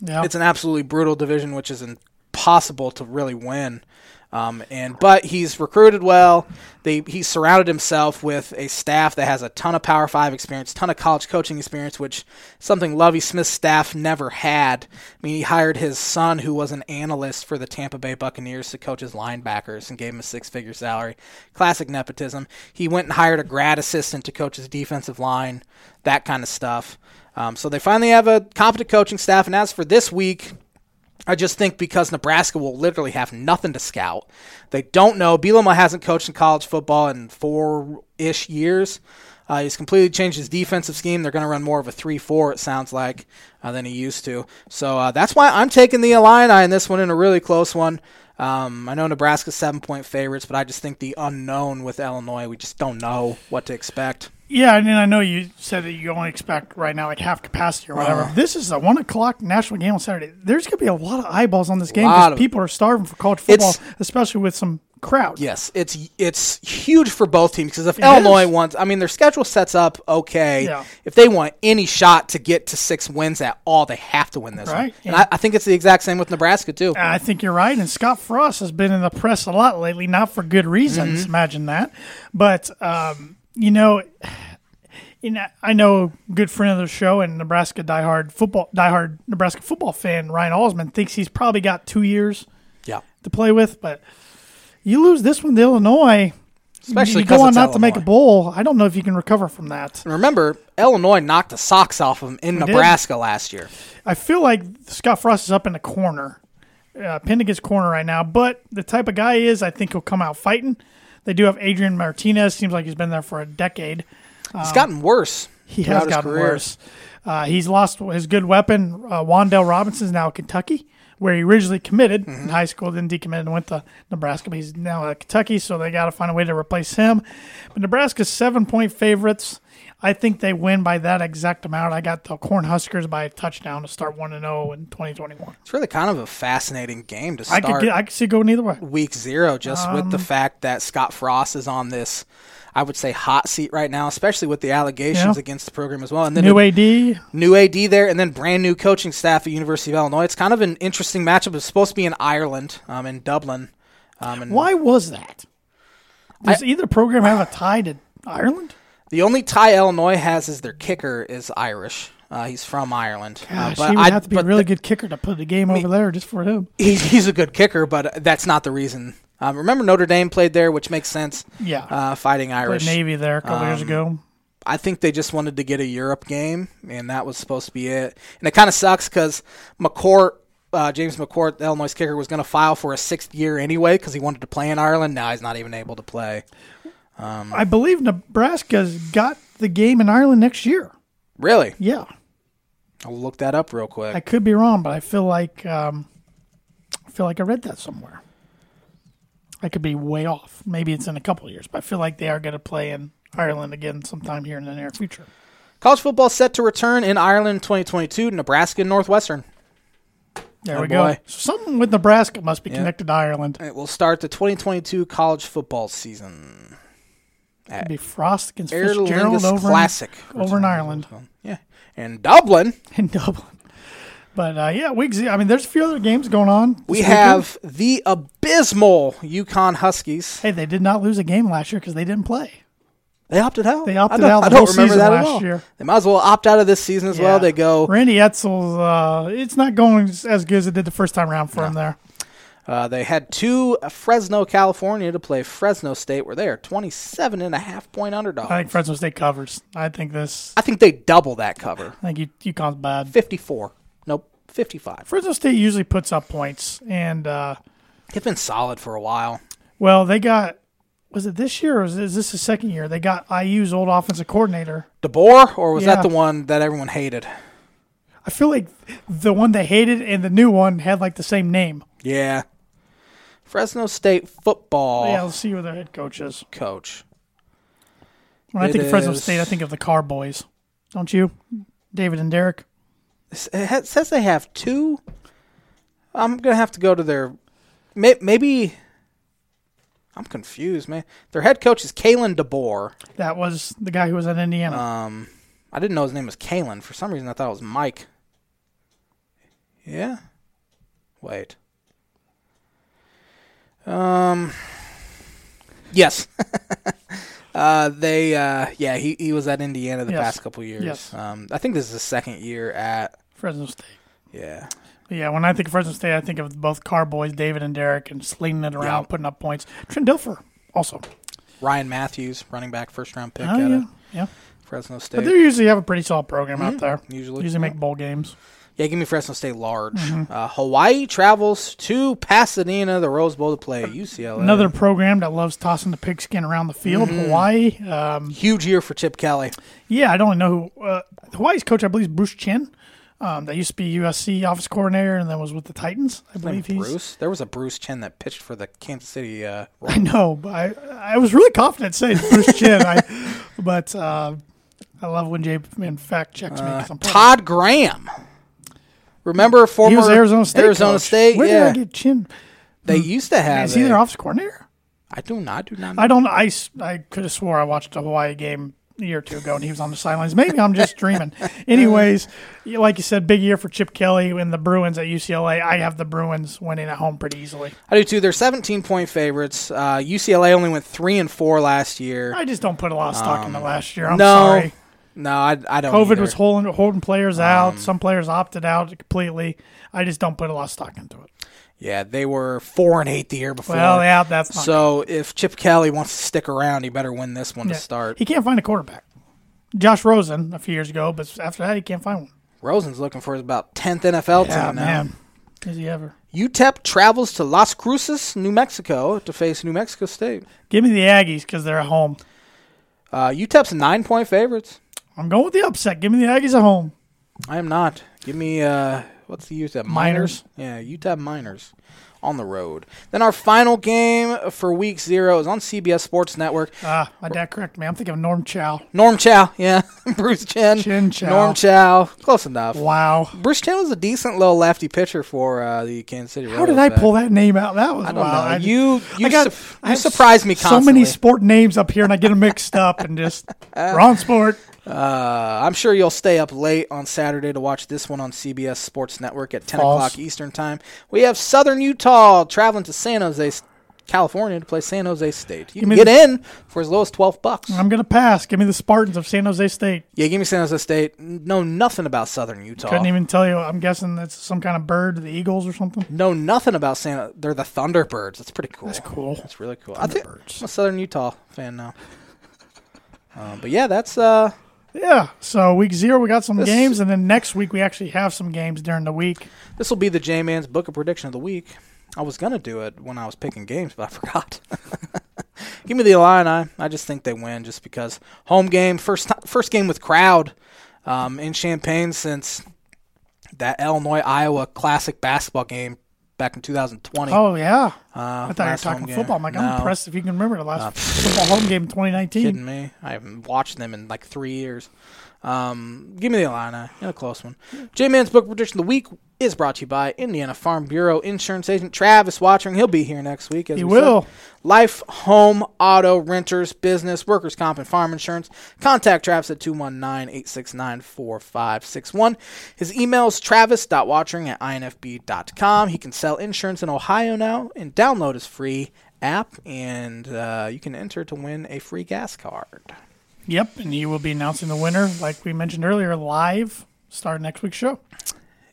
Yeah. it's an absolutely brutal division, which is impossible to really win. Um, and but he's recruited well. They he's surrounded himself with a staff that has a ton of Power Five experience, ton of college coaching experience, which something Lovey Smith's staff never had. I mean, he hired his son, who was an analyst for the Tampa Bay Buccaneers, to coach his linebackers and gave him a six-figure salary. Classic nepotism. He went and hired a grad assistant to coach his defensive line, that kind of stuff. Um, so they finally have a competent coaching staff. And as for this week, I just think because Nebraska will literally have nothing to scout. They don't know. Bielema hasn't coached in college football in four ish years. Uh, he's completely changed his defensive scheme. They're going to run more of a 3 4, it sounds like, uh, than he used to. So uh, that's why I'm taking the Illini in this one in a really close one. Um, I know Nebraska's seven point favorites, but I just think the unknown with Illinois, we just don't know what to expect. yeah, and then I know you said that you only expect right now like half capacity or Uh-huh. whatever. This is a one o'clock national game on Saturday. There's going to be a lot of eyeballs on this game Lot because of- people are starving for college football, It's- especially with some crowd. Yes, it's it's huge for both teams because if It Illinois is. wants, I mean, their schedule sets up okay. Yeah. If they want any shot to get to six wins at all, they have to win this one. Right, And yeah. I, I think it's the exact same with Nebraska too. I think you're right. And Scott Frost has been in the press a lot lately, not for good reasons. Mm-hmm. Imagine that. But, um, you know, you know, I know a good friend of the show and Nebraska diehard football, diehard Nebraska football fan, Ryan Osman, thinks he's probably got two years yeah, to play with. But you lose this one to Illinois, especially you go 'cause on it's not to make a Illinois. bowl. I don't know if you can recover from that. And remember, Illinois knocked the socks off of them in did. Nebraska last year. I feel like Scott Frost is up in the corner, uh, pinned against corner right now. But the type of guy he is, I think he'll come out fighting. They do have Adrian Martinez. Seems like he's been there for a decade. It's gotten worse. Um, He throughout has his gotten career. worse. Uh, he's lost his good weapon. Uh, Wandell Robinson's now at Kentucky, where he originally committed Mm-hmm. in high school, then decommitted and went to Nebraska. But he's now at Kentucky, so they got to find a way to replace him. But Nebraska's seven point favorites. I think they win by that exact amount. I got the Cornhuskers by a touchdown to start 1 0 in 2021. It's really kind of a fascinating game to I start. could get, Um. I could see it going either way. week zero just with the fact that Scott Frost is on this, I would say, hot seat right now, especially with the allegations Yeah. against the program as well. And then New a AD, new AD there, and then brand new coaching staff at University of Illinois. It's kind of an interesting matchup. It's supposed to be in Ireland, um, in Dublin. Um, and why was that? Does either program have a tie to Ireland? The only tie Illinois has is their kicker is Irish. Uh, he's from Ireland. Uh, Gosh, he would I- have to be a but really the- good kicker to put the game over there just for him. he's, he's a good kicker, but that's not the reason. Um, remember Notre Dame played there, which makes sense. Yeah. uh, um, fighting Played Irish. Navy there a couple years ago. I think they just wanted to get a Europe game, and that was supposed to be it. And it kind of sucks because McCourt, uh, James McCourt, the Illinois kicker, was going to file for a sixth year anyway because he wanted to play in Ireland. Now he's not even able to play. um, I believe Nebraska's got the game in Ireland next year. Really? Yeah. I'll look that up real quick. I could be wrong, but I feel like um, I feel like I read that somewhere. I could be way off. Maybe it's in a couple of years, but I feel like they are going to play in Ireland again sometime here in the near future. College football set to return in Ireland in 2022, Nebraska and Northwestern. There Oh, we go. boy. So something with Nebraska must be connected to Ireland. It will start the 2022 college football season. It'd be Frost against Uh, Aer Fitzgerald Lingus over Classic. in, over in Ireland Yeah. And Dublin, in Dublin. But uh, yeah, we. exi- I mean, there's a few other games going on. this we weekend. have the abysmal Yukon Huskies. Hey, they did not lose a game last year because they didn't play. They opted out. They opted I don't, out I the don't whole remember season that last at all. year. They might as well opt out of this season as well. Yeah. They go. Randy Etzel's. Uh, it's not going as as good as it did the first time around for him there. Uh, they had two Fresno, California, to play Fresno State, where they are 27 and a half point underdog. I think Fresno State covers. I think this. I think they double that cover. I think U- UConn's bad. 54. Nope, 55. Fresno State usually puts up points, and uh, They've been solid for a while. well, they got. Was it this year or is is this the second year? They got IU's old offensive coordinator. DeBoer, or was Yeah. that the one that everyone hated? I feel like the one they hated and the new one had like the same name. Yeah. Fresno State football Yeah, let's see who their head coach is. coach. When I It think of Fresno is- State, I think of the Car Boys. Don't you? David and Derek. S- It ha- says they have two. I'm gonna have to go to their. may- Maybe. I'm confused, man. Their head coach is Kalen DeBoer. That was the guy who was at Indiana. Um, I didn't know his name was Kalen. For some reason, I thought it was Mike. Yeah. Wait. Um. Yes. uh, they. Uh, yeah. He, he was at Indiana the Yes. past couple years. Yes. Um, I think this is his second year at. Fresno State. Yeah. Yeah, when I think of Fresno State, I think of both Car Boys, David and Derek, and slinging it around, Yeah. putting up points. Trent Dilfer also. Ryan Matthews, running back, first round pick Oh, out yeah. of yeah. Fresno But they State. Mm-hmm. usually have a pretty solid program out there. usually, Usually yeah. make Mm-hmm. bowl games. Yeah, give me Fresno State large. Uh, Hawaii travels to Pasadena, the Rose Bowl to play UCLA. Another program that loves tossing the pigskin around the field, Mm-hmm. Hawaii. Um, huge year for Chip Kelly. yeah, I don't know who. Uh, Hawaii's coach, I believe, is Bruce Chin. Um, that used to be USC office coordinator and then was with the Titans. I Name believe he's. Bruce. There was a Bruce Chen that pitched for the Kansas City. Uh, Royals. I know, but I, I was really confident saying Bruce Chin. I, but uh, I love when Jay Man fact checks me. 'cause I'm probably- Todd Graham. Remember former He was Arizona State. Arizona coach. State. Where yeah, did I get Chin? they used to have. Is he a- their office coordinator? I do not. I do not. I don't. I, s- I could have swore I watched a Hawaii game a year or two ago and he was on the sidelines. Maybe I'm just dreaming. Anyways, you- like you said, big year for Chip Kelly and the Bruins at UCLA. I have the Bruins winning at home pretty easily. I do too. They're 17 point favorites. Uh, UCLA only went three and four last year. I just don't put a lot of stock in the last year. I'm Um, no, sorry. no, I, I don't. COVID either. was holding holding players Um, out. Some players opted out completely. I just don't put a lot of stock into it. Yeah, they were four and eight the year before. Well, yeah, that's not So if Chip Kelly wants to stick around, he better win this one Yeah. to start. He can't find a quarterback. Josh Rosen a few years ago, but after that he can't find one. Rosen's looking for his about 10th NFL Ah, team now. man, is he ever? UTEP travels to Las Cruces, New Mexico, to face New Mexico State. Give me the Aggies because they're at home. Uh, UTEP's nine point favorites. I'm going with the upset. Give me the Aggies at home. I am not. Give me uh, what's the UTEP Miners. Yeah, UTEP Miners on the road. Then our final game for Week Zero is on CBS Sports Network. Ah, my dad corrected me. I'm thinking of Norm Chow. Norm Chow, yeah, Bruce Chen, Chin Chow. Norm Chow, close enough. Wow. Bruce Chen was a decent little lefty pitcher for uh, the Kansas City. How did I pull that name out? That was I don't wow. know. I- you you, I got- su- I you have surprised me So constantly. many sport names up here, and I get them mixed up and just wrong sport. Uh, I'm sure you'll stay up late on Saturday to watch this one on CBS Sports Network at 10 False. o'clock Eastern Time. We have Southern Utah traveling to San Jose California to play San Jose State. Give You can me get the- Uh-huh. in for as low as twelve bucks. I'm going to pass. Give me the Spartans of San Jose State. Yeah, give me San Jose State. Know nothing about Southern Utah. Couldn't even tell you. I'm guessing that's some kind of bird, the Eagles or something. know nothing about Santa. They're the Thunderbirds. That's pretty cool. That's cool. That's really cool. I think I'm Thunderbirds. a Southern Utah fan now. Uh, but yeah, that's uh, Yeah. So week zero, we got some This- games, and then next week we actually have some games during the week. this will be the J Man's book of prediction of the week. I was gonna do it when I was picking games, but I forgot. Give me the Illini. I just think they win just because home game, first ti- first game with crowd um, in Champaign since that Illinois Iowa Classic basketball game back in 2020. Oh yeah. uh, I thought you were last home talking game. football. I'm like, No. Uh, I'm impressed if you can remember the last football home game in 2019. kidding me? I haven't watched them in like three years. Um, give me the Illini in a close one. J Man's book prediction of the week is brought to you by Indiana Farm Bureau insurance agent Travis Watching. He'll be here next week. As He we said. will. Life, home, auto, renters, business, workers' comp, and farm insurance. Contact Travis at 219 869 4561. His email is travis.watchering at infb.com. He can sell insurance in Ohio now and download his free app, and uh, you can enter to win a free gas card. Yep, and you will be announcing the winner, like we mentioned earlier, live starting next week's show.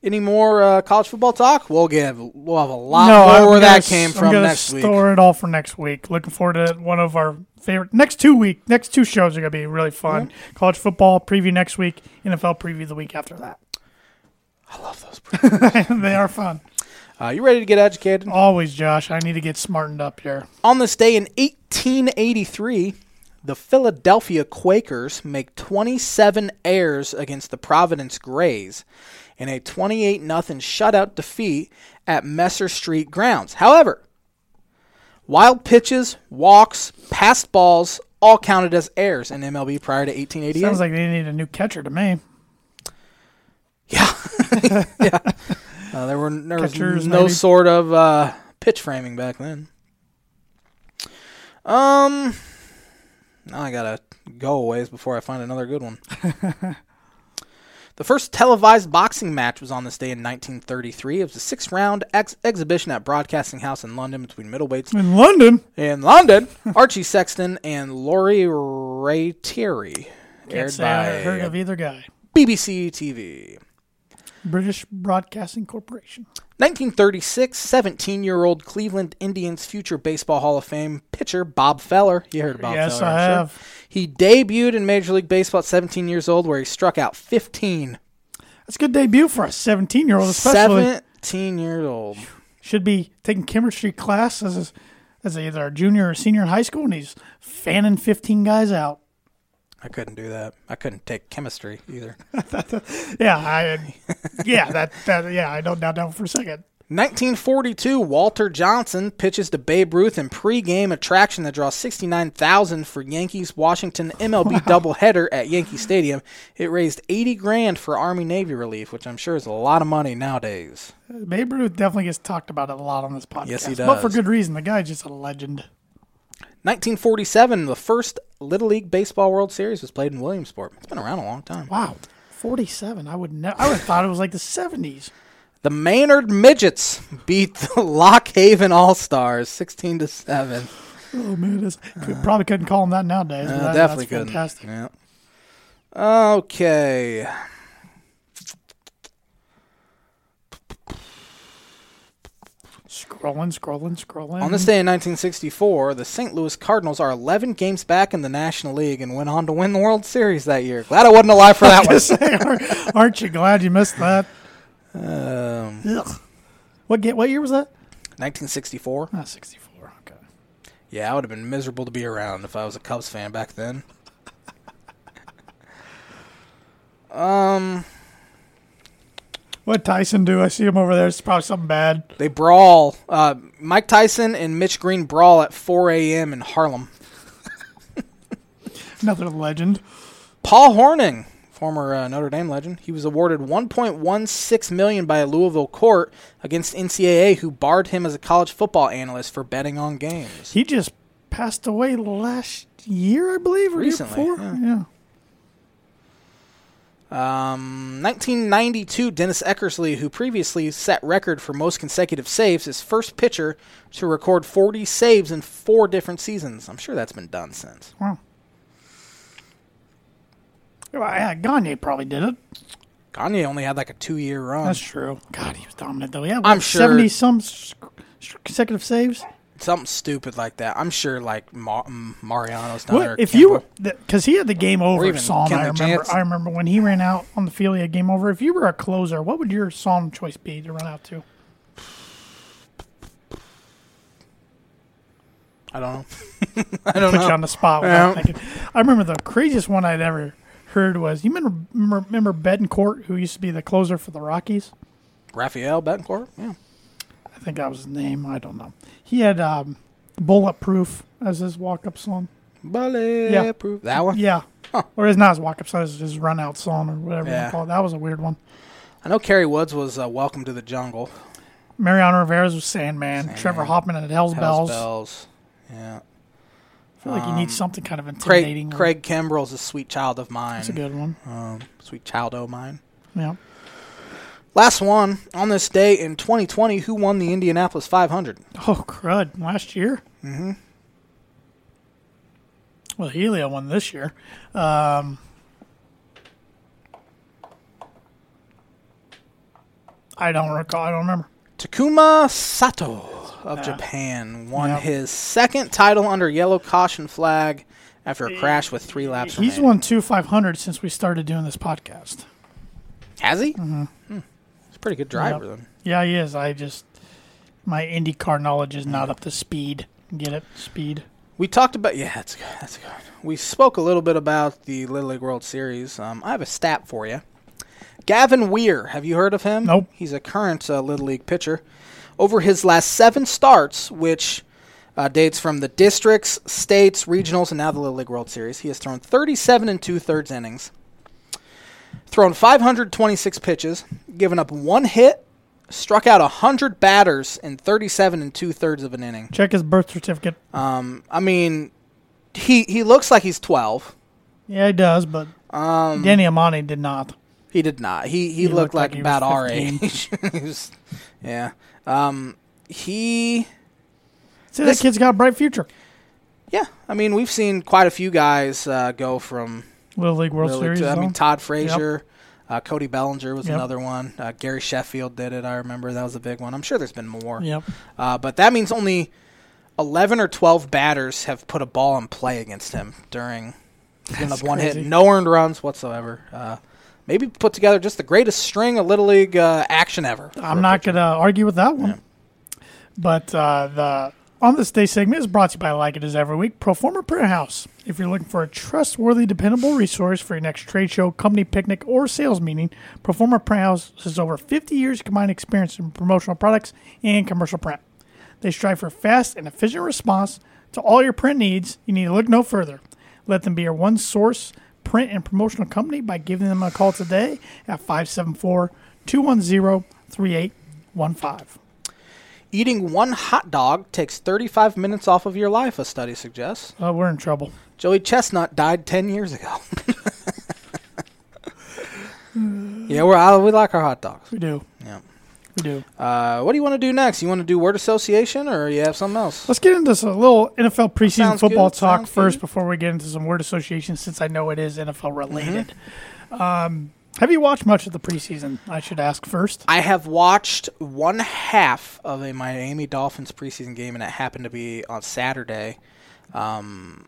Any more uh, college football talk? We'll give. We'll have a lot I'm more where gonna that s- came I'm from gonna next week. Store it all for next week. Looking forward to one of our favorite next two week. Next two shows are gonna be really fun. College football preview next week, NFL preview the week after that. I love those. they are fun. Uh, you ready to get educated? Always, Josh. I need to get smartened up here. On this day in 1883, the Philadelphia Quakers make 27 errors against the Providence Grays in a 28 0 shutout defeat at Messer Street grounds. However, wild pitches, walks, passed balls all counted as errors in MLB prior to 1888. Sounds like they need a new catcher to me. Uh, there were there was Catchers, no maybe? sort of uh, pitch framing back then. Um, now I gotta go a ways before I find another good one. the first televised boxing match was on this day in 1933. It was a six-round ex- exhibition at Broadcasting House in London between middleweights In London, in London, Archie Sexton and Laurie Ray Terry, can't aired say I uh, heard by of either guy. BBC TV. British Broadcasting Corporation. 1936, 17 year old Cleveland Indians future Baseball Hall of Fame pitcher Bob Feller. You heard about yes, Feller. I I'm sure. have. He debuted in Major League Baseball at 17 years old, where he struck out 15. That's a good debut for a 17 year old, especially. 17 years old. Should be taking chemistry class as a, as either a junior or senior in high school, and he's fanning 15 guys out. I couldn't do that. I couldn't take chemistry either. Yeah, I, yeah, that, that, yeah, I don't doubt that for a second. 1942, Walter Johnson pitches to Babe Ruth in pregame attraction that draws 69,000 for Yankees Washington MLB doubleheader at Yankee Stadium. It raised 80 grand for Army Navy relief, which I'm sure is a lot of money nowadays. Babe Ruth definitely gets talked about a lot on this podcast. Yes, he But for does. good reason. The guy's just a legend. 1947, the first Little League Baseball World Series was played in Williamsport. It's been around a long time. Wow. 47. I would never, I would have thought it was like the 70s. The Maynard Midgets beat the Lock Haven All Stars 16 to 7. Oh, man. That's, could, probably couldn't call him that nowadays. but Uh, that- definitely that's couldn't. fantastic. Yeah. Okay. Scrolling, scrolling, scrolling. On this day in 1964, the St. Louis Cardinals are 11 games back in the National League and went on to win the World Series that year. Glad I wasn't alive for that one. Aren't you glad you missed that? Um, Ugh. What ga- What year was that? 1964. Ah, 64. Okay. Yeah, I would have been miserable to be around if I was a Cubs fan back then. Um, What Tyson do? I see him over there. It's probably something bad. they brawl. Uh, Mike Tyson and Mitch Green brawl at 4 a.m. in Harlem. Another legend. Paul Horning, former uh, Notre Dame legend, he was awarded 1.16 million by a Louisville court against NCAA, who barred him as a college football analyst for betting on games. He just passed away last year, I believe, or Recently, year before. yeah. Yeah. Um, 1992, Dennis Eckersley, who previously set record for most consecutive saves, is first pitcher to record 40 saves in four different seasons. I'm sure that's been done since. Wow. Well, yeah, Gagne probably did it. Gagne only had like a two-year run. That's true. God, he was dominant though. Yeah, Um, I'm sure- seventy some s- s- consecutive saves. Something stupid like that. I'm sure like Ma- mm, M- Mariano's not. What or if you were Campbell. because he had the game over even song? I remember. Kenley Jansen. I remember when he ran out on the field. He had game over. If you were a closer, what would your song choice be to run out to? I don't know. I don't Put know. you on the spot. Without thinking. I remember the craziest one I'd ever heard was you remember remember Betancourt, who used to be the closer for the Rockies. Raphael Betancourt. Yeah. I think that was his name. I don't know. He had um, bulletproof as his walk-up song. Bulletproof. That one. Yeah. Huh. Or it's not his walk up song, it's his run out song or whatever Yeah. you call it. That was a weird one. I know Kerry Woods was uh, Welcome to the Jungle. Mariano Rivera's was Sandman. Trevor Hoffman had Hell's, Hell's Bells. Bells. Yeah. I feel like you need something kind of intimidating. Craig or- Craig Kimbrell's a sweet child of mine. That's a good one. um, sweet child o' mine. Yeah. Last one on this day in 2020. Who won the Indianapolis 500? Oh, crud. Last year? Mm hmm. Well, Helio won this year. Um, I don't recall. I don't remember. Takuma Sato of Yeah. Japan won Yep. his second title under yellow caution flag after a crash with three laps He's remaining. won two 500 since we started doing this podcast. Has he? Mm-hmm. He's a pretty good driver then. Yeah, he is. I just my IndyCar knowledge is not up to speed. Get it? Speed. We talked about yeah, that's good. That's good. We spoke a little bit about the Little League World Series. Um, I have a stat for you. Gavin Weir, have you heard of him? Nope. He's a current uh, Little League pitcher. Over his last seven starts, which uh, dates from the districts, states, regionals, and now the Little League World Series, he has thrown 37 and two thirds innings, thrown 526 pitches, given up one hit, struck out 100 batters in 37 and two thirds of an inning. Check his birth certificate. Um, I mean, he he looks like he's twelve. Yeah, he does, but um, Danny Amani did not. He did not. He he, looked, like, he was about our 15. age. He was- yeah. Um, he See, that This- kid's got a bright future. yeah. I mean, we've seen quite a few guys uh, go from Little League World really. Series. to- I though. mean, Todd Frazier. Uh, Cody Bellinger was Yep. another one. Uh, Gary Sheffield did it. I remember that was a big one. I'm sure there's been more. Yep. Uh, but that means only 11 or 12 batters have put a ball in play against him during given up one hit, crazy. no earned runs whatsoever. Uh, maybe put together just the greatest string of Little League uh, action ever. I'm not going to argue with that one. But uh, the On This Day segment is brought to you by Like It Is Every Week, Proforma Print House. If you're looking for a trustworthy, dependable resource for your next trade show, company picnic, or sales meeting, Proforma Print House has over 50 years of combined experience in promotional products and commercial print. They strive for fast and efficient response to all your print needs. You need to look no further. Let them be your one source print and promotional company by giving them a call today at 574 210 3815. Eating one hot dog takes 35 minutes off of your life, a study suggests. Oh, we're in trouble. Joey Chestnut died 10 years ago. yeah, we're, I, we like our hot dogs. We do. Yeah. We do. Uh, what do you want to do next? You want to do word association or you have something else? Let's get into some- a little NFL preseason Sounds football good, talk sounds first good. Mm-hmm. before we get into some word association since I know it is NFL related. Um, have you watched much of the preseason? I should ask first. I have watched one half of a Miami Dolphins preseason game, and it happened to be on Saturday. Um,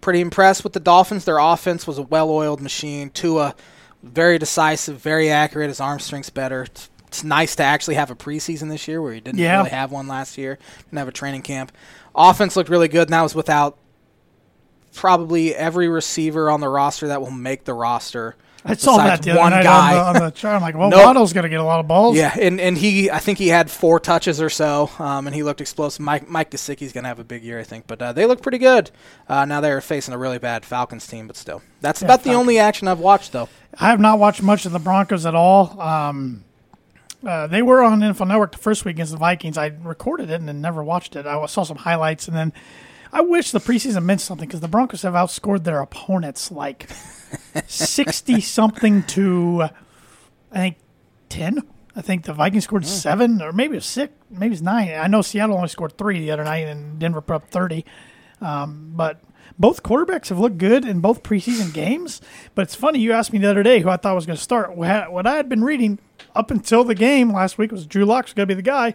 pretty impressed with the Dolphins. Their offense was a well-oiled machine. Tua, very decisive, very accurate. His arm strength's better. It's, it's nice to actually have a preseason this year where you didn't Yeah. really have one last year. Didn't have a training camp. Offense looked really good, and that was without probably every receiver on the roster that will make the roster. I saw besides that the other one night guy. on the, on the chart. I'm like, well, Nope. Waddle's going to get a lot of balls. Yeah, and, and he I think he had four touches or so, um, and he looked explosive. Mike Mike Gesicki's going to have a big year, I think. But uh, they look pretty good. Uh, now they're facing a really bad Falcons team, but still, that's about the only action I've watched though. I have not watched much of the Broncos at all. Um, uh, they were on NFL Network the first week against the Vikings. I recorded it and then never watched it. I saw some highlights and then I wish the preseason meant something because the Broncos have outscored their opponents like sixty something to, I think, ten. I think the Vikings scored seven or maybe it was six, maybe it's nine. I know Seattle only scored three the other night and Denver put up thirty. Um, but both quarterbacks have looked good in both preseason games. But it's funny you asked me the other day who I thought was going to start. Wha- What I had been reading up until the game last week was Drew Locke's going to be the guy.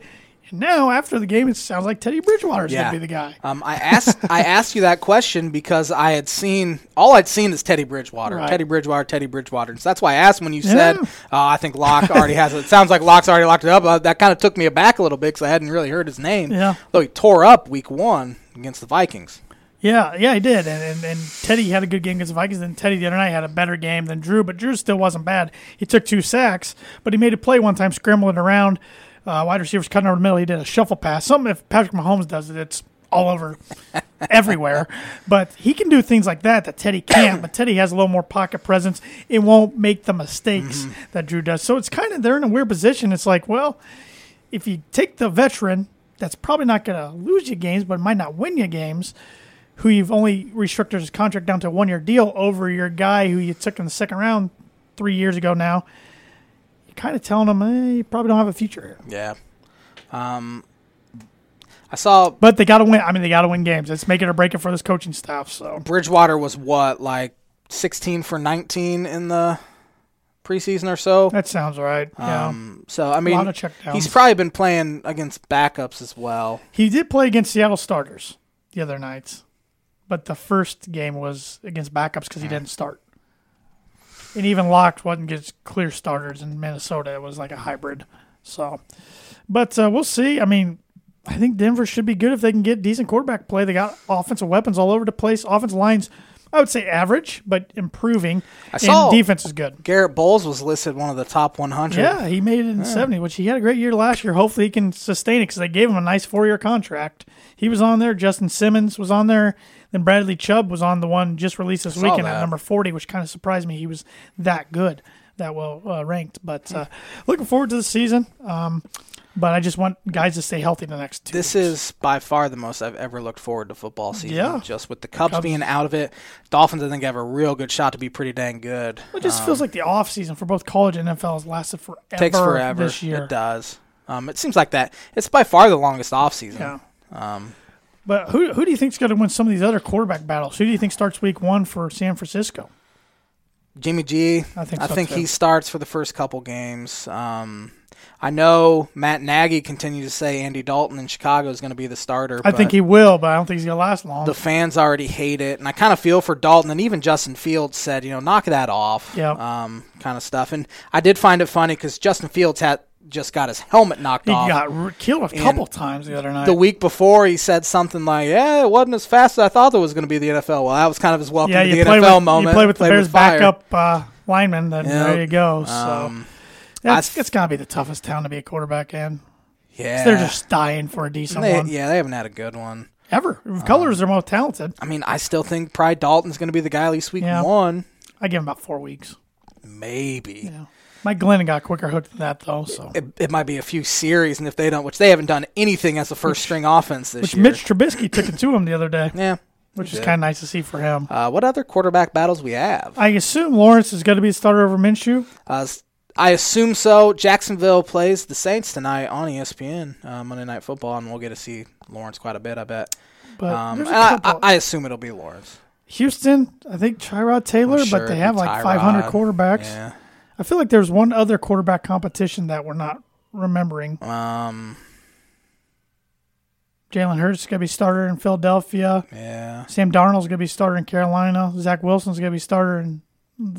And now after the game, it sounds like Teddy Bridgewater's Yeah. going to be the guy. Um, I asked I asked you that question because I had seen all I'd seen is Teddy Bridgewater, Right. Teddy Bridgewater, Teddy Bridgewater. So that's why I asked when you said Yeah. uh, I think Locke already has it. Sounds like Locke's already locked it up. Uh, that kind of took me aback a little bit because I hadn't really heard his name. Yeah. though he tore up week one against the Vikings. Yeah, yeah, he did. And, and and Teddy had a good game against the Vikings. Then Teddy the other night had a better game than Drew, but Drew still wasn't bad. He took two sacks, but he made a play one time scrambling around. Uh, wide receivers cutting over the middle. He did a shuffle pass. Something if Patrick Mahomes does it, it's all over, everywhere. But he can do things like that that Teddy can't. But Teddy has a little more pocket presence. It won't make the mistakes that Drew does. So it's kind of they're in a weird position. It's like, well, if you take the veteran, that's probably not going to lose you games, but might not win you games who you've only restricted his contract down to a one year deal over your guy who you took in the second round three years ago now, you're kind of telling him, eh, you probably don't have a future here. Yeah, um, I saw But they got to win. I mean, they got to win games. It's make it or break it for this coaching staff. So, Bridgewater was what like sixteen for nineteen in the preseason or so. that sounds right. Yeah. Um, so I mean, of checkdowns. he's probably been playing against backups as well. he did play against Seattle starters the other night, but the first game was against backups because he didn't start. And even Locke wasn't just clear starters in Minnesota. It was like a hybrid. So, but uh, we'll see. I mean, I think Denver should be good if they can get decent quarterback play. They got offensive weapons all over the place. Offensive lines, I would say average, but improving. and saw- defense is good. Garrett Bowles was listed one of the top 100. Yeah, he made it in 70, which he had a great year last year. Hopefully he can sustain it because they gave him a nice four year contract. He was on there. Justin Simmons was on there. Then Bradley Chubb was on the one just released this saw weekend that. at number 40, which kind of surprised me. He was that good, that well uh, ranked. But uh, looking forward to the season. Um, but I just want guys to stay healthy the next two. This is by far the most I've ever looked forward to football season. Yeah. Just with the Cubs, being out of it, Dolphins I think have a real good shot to be pretty dang good. Um, it just feels like the off season for both college and NFL has lasted forever. Takes forever. this year. It does. Um, it seems like that. It's by far the longest offseason. Yeah. Um, But who who do you think's going to win some of these other quarterback battles? Who do you think starts week one for San Francisco? Jimmy G. I think I so, think too. he starts for the first couple games. Um, I know Matt Nagy continued to say Andy Dalton in Chicago is going to be the starter. I think he will, but I don't think he's going to last long. the fans already hate it, and I kind of feel for Dalton. And even Justin Fields said, you know, knock that off, Yeah. um, kind of stuff. And I did find it funny because Justin Fields had just got his helmet knocked he off. got r- killed a couple times the other night. the week before, he said something like, "Yeah, it wasn't as fast as I thought it was going to be." The NFL. Well, that was kind of his welcome yeah, to the you play, NFL with, moment. you play with the Bears fire. backup uh, lineman, then Yeah. there you go. So Um, that's I- it's got to be the toughest town to be a quarterback in. Yeah, They're just dying for a decent They- one yeah, Um, they haven't had a good one. ever. Colors are most talented. I mean, I still think probably Dalton's going to be the guy at least week Yeah. one, I give him about four weeks. maybe. Yeah. Mike Glennon got quicker hooked than that though. So it, it might be a few series, and if they don't, which they haven't done anything as a first string offense this which year. Mitch Trubisky took it to him the other day, yeah. which is did. kind of nice to see for him. Uh, what other quarterback battles we have? I assume Lawrence is going to be a starter over Minshew. Uh, s- I assume so. Jacksonville plays the Saints tonight on ESPN uh, Monday Night Football, and we'll get to see Lawrence quite a bit. I bet. But Um, Uh, there's and a I, couple. I, I assume it'll be Lawrence. Houston, I think Tyrod Taylor, sure but they it'd have be like 500 Tyrod. quarterbacks. Yeah. I feel like there's one other quarterback competition that we're not remembering. Um. Jalen Hurts is going to be starter in Philadelphia. Yeah. Sam Darnold's going to be starter in Carolina. Zach Wilson's going to be starter in,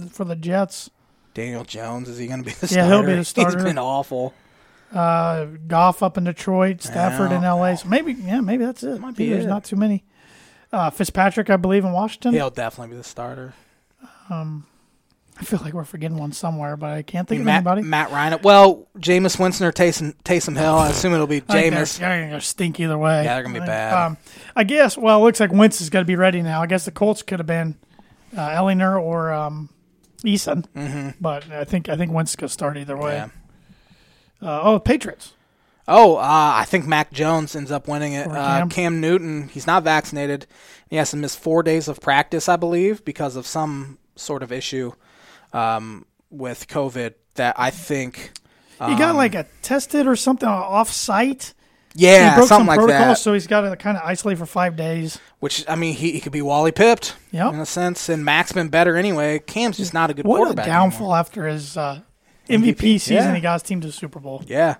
for the Jets. Daniel Jones is he going to be the starter? Yeah, he'll be the starter. He's been awful. Uh, Goff up in Detroit. Stafford in LA. So maybe, yeah, maybe that's it. Might be there's it. not too many. Uh, Fitzpatrick, I believe, in Washington. He'll definitely be the starter. I feel like we're forgetting one somewhere, but I can't think of Matt, anybody. Matt Ryan. Well, Jameis Winston or Taysom, Taysom Hill. I assume it'll be I think Jameis. They're, they're gonna stink either way. Yeah, they're gonna be I- bad. Um, I guess. Well, it looks like Wentz is gonna be ready now. I guess the Colts could have been uh, Ellinger or um, Eason, Mm-hmm. but I think I think Wentz is gonna start either way. Yeah. Uh, oh, Patriots. Oh, uh, I think Mac Jones ends up winning it. Or Uh, Cam. Cam Newton, he's not vaccinated. He has to miss four days of practice, I believe, because of some sort of issue um, with COVID that I think. he Um, got like a tested or something off site. Yeah, he broke something some like protocol, that. so he's got to kind of isolate for five days. Which, I mean, he, he could be Wally pipped Yep. in a sense, and Mac's been better anyway. Cam's just not a good What a quarterback. anymore. downfall after his uh, MVP, season. yeah. Um, He got his team to the Super Bowl. Yeah.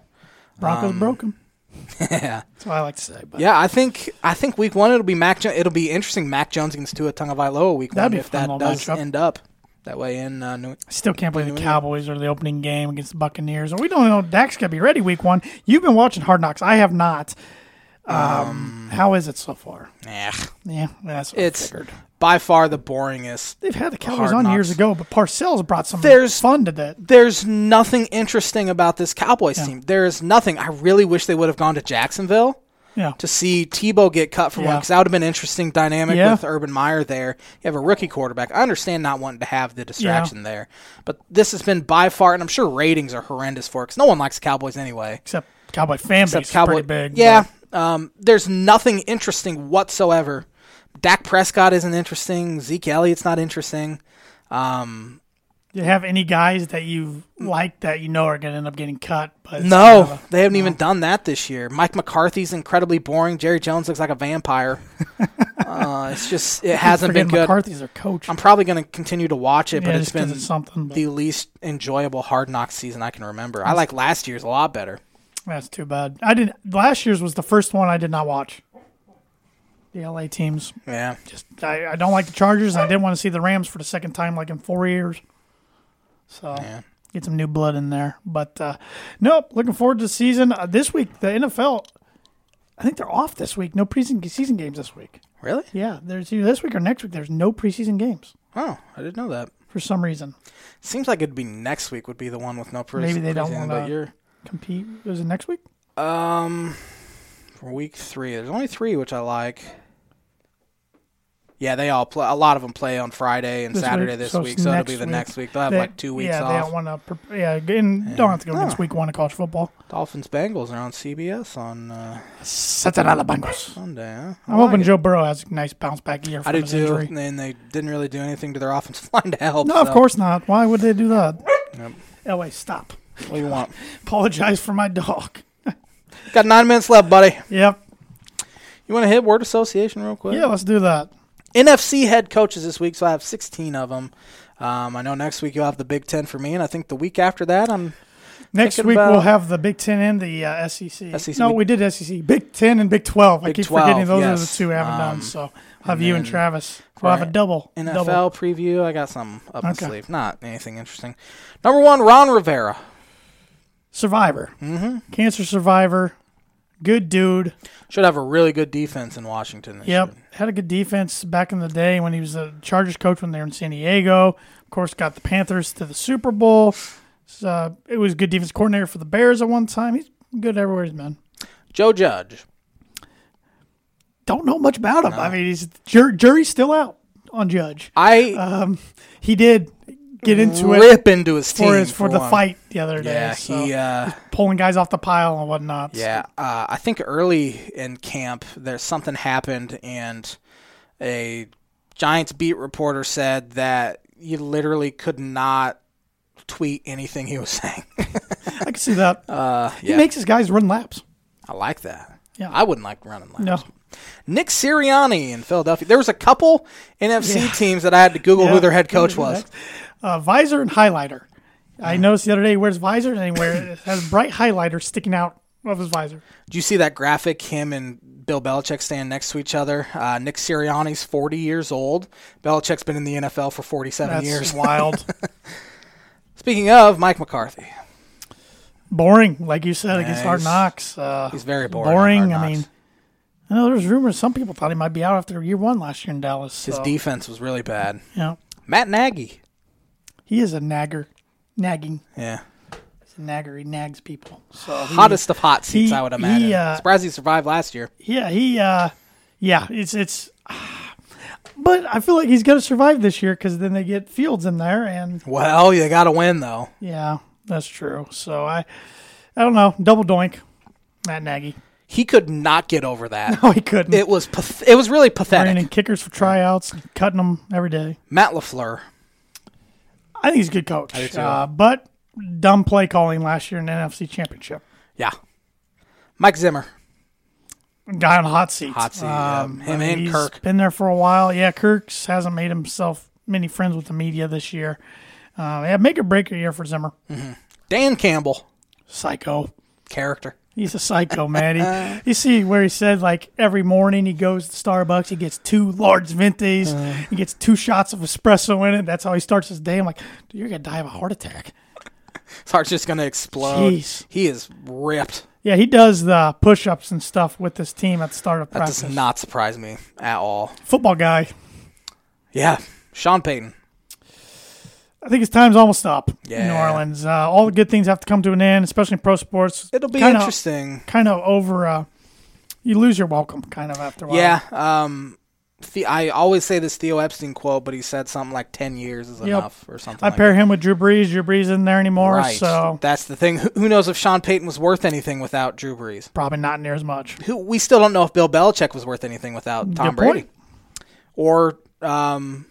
Broncos broke him. Yeah. That's what I like to say. But Yeah, I think I think week one it'll be Mac. Jo- It'll be interesting. Mac Jones against Tua Tagovailoa week That'd one be a if that phenomenal does matchup. end up that way in uh, New. I still can't believe the Cowboys are the opening game against the Buccaneers. And we don't know Dak's gonna be ready week one. You've been watching Hard Knocks. I have not. Um, how is it so far? Nah, Yeah, that's what I it's figured. by far the boringest. They've had the Cowboys Hard on years Knocks. ago, but Parcells brought some There's- fun to that. There's nothing interesting about this Cowboys team. There is nothing. I really wish they would have gone to Jacksonville Yeah, to see Tebow get cut for one Yeah. because that would have been an interesting dynamic Yeah. with Urban Meyer there. You have a rookie quarterback. I understand not wanting to have the distraction there, but this has been by far, and I'm sure ratings are horrendous for it because no one likes the Cowboys anyway. except Cowboy fan base except is Cowboy. pretty big. Yeah. Um, there's nothing interesting whatsoever. Dak Prescott isn't interesting. Zeke Elliott's not interesting. Um, Do you have any guys that you like that you know are going to end up getting cut? But it's kind no, of they haven't even done that this year. Mike McCarthy's incredibly boring. Jerry Jones looks like a vampire. uh, it's just it a- hasn't been forgetting good. McCarthy's their coach. I'm probably going to continue to watch it, but yeah, it's just 'cause been it's something. But the least enjoyable Hard Knocks season I can remember. I like last year's a lot better. that's too bad. I didn't. Last year's was the first one I did not watch. The LA teams. Yeah. Just I, I don't like the Chargers. and I didn't want to see the Rams for the second time like in four years. So get some new blood in there. But uh, nope. Looking forward to the season uh, this week. The NFL. I think they're off this week. No preseason games this week. Really? Yeah, there's either this week or next week. There's no preseason games Oh, I didn't know that. for some reason. Seems like it'd be next week would be the one with no person. Maybe they don't wanna- But you're Compete is it next week? um for week three. There's only three which I like. Yeah, they all play. A lot of them play on Friday and This Saturday week, this so week, it's so it'll next be the week. next week. They'll have They- like two weeks yeah, they off. don't want to. Yeah, and don't have to go against Oh. week one of college football. Dolphins Bengals are on CBS on uh, Set that out of Bengals. Sunday. Huh? I I'm like hoping it. Joe Burrow has a nice bounce back year. From I do his too, Injury. and they didn't really do anything to their offensive line to help. No, of so course not. Why would they do that? Yep. LA, stop. What do you want? Apologize for my dog. Got nine minutes left, buddy. Yep. You want to hit word association real quick? Yeah, let's do that. NFC head coaches this week, so I have 16 of them. Um, I know next week you'll have the Big Ten for me, and I think the week after that, I'm Next Thinking week about- we'll have the Big Ten and the uh, SEC. SEC. No, we did SEC. Big Ten and Big Twelve. I Big keep forgetting 12, those are the yes. two I haven't done. Um, So I'll have you and then Travis. We'll have a double. NFL Double. preview. I got some up my Okay. sleeve. Not anything interesting. Number one, Ron Rivera. Survivor. Mm-hmm. Cancer survivor. Good dude. Should have a really good defense in Washington. This Yep. Year. Had a good defense back in the day when he was the Chargers coach when they were in San Diego. Of course, got the Panthers to the Super Bowl. So, uh, it was good defense coordinator for the Bears at one time. He's good everywhere he's been. Joe Judge. Don't know much about him. I mean, he's jur- jury's still out on Judge. I Um, he did get into it rip into his team for his for, the one. fight the other day. Yeah, so he. Uh, pulling guys off the pile and whatnot. Yeah, uh, I think early in camp, there's something happened, and a Giants beat reporter said that you literally could not tweet anything he was saying. I can see that. Uh, he yeah, makes his guys run laps. I like that. Yeah. I wouldn't like running laps. No, Nick Sirianni in Philadelphia. There was a couple NFC teams that I had to Google Yeah. Mm-hmm. who their head coach was. uh, visor and highlighter. I noticed the other day he wears visor and he wears, has bright highlighter sticking out of his visor. Do you see that graphic? Him and Bill Belichick standing next to each other. Uh, Nick Sirianni's 40 years old. Belichick's been in the NFL for 47 That's years. wild, Speaking of Mike McCarthy, boring, like you said against Hard he's- Knocks. Uh, he's very boring on Boring. Hard I mean, Knocks. I know there's rumors. Some people thought he might be out after year one last year in Dallas. So, his defense was really bad. you know, Matt Nagy. he is a nagger, nagging. Yeah. He's a nagger. He nags people. So he- Hottest of hot seats, he- I would he, imagine. uh, Surprised he survived last year. Yeah, he. uh Yeah, it's it's. But I feel like he's going to survive this year because then they get Fields in there and Well, you got to win, though. Yeah, that's true. So I, I don't know. Double doink. Matt Nagy. He could not get over that. No, he couldn't. It was path- it was really pathetic. Bringing in kickers for tryouts, cutting them every day. Matt Lafleur. I think he's a good coach. do too. Uh, but dumb play calling last year in the NFC Championship. Yeah. Mike Zimmer. Guy on the hot seat. Hot seat, yeah. Him I mean, and he's Kirk. Been there for a while. Yeah, Kirk's hasn't made himself many friends with the media this year. Uh, yeah, make or break a year for Zimmer. Dan Campbell. Psycho. Character. He's a psycho, Uh-huh. man. He, you see where he said like every morning he goes to Starbucks, he gets two large ventis, Uh-huh. he gets two shots of espresso in it. That's how he starts his day. I'm like, dude, you're gonna die of a heart attack. His heart's just gonna explode. Jeez. He is ripped. Yeah, he does the push-ups and stuff with this team at the start of That practice. does not surprise me at all. Football guy. Yeah. Sean Payton. I think his time's almost up in New Yeah. Orleans. Uh, all the good things have to come to an end, especially in pro sports. It'll be Kinda- interesting. Kind of over. Uh, you lose your welcome, kind of after a while. Yeah. Um the, I always say this Theo Epstein quote, but he said something like ten years is enough or something. I like pair him with Drew Brees. Drew Brees isn't there that. anymore, right. so That's the thing. Who- Who knows if Sean Payton was worth anything without Drew Brees? probably not near as much. Who we still don't know if Bill Belichick was worth anything without Tom Good point. Brady. Or um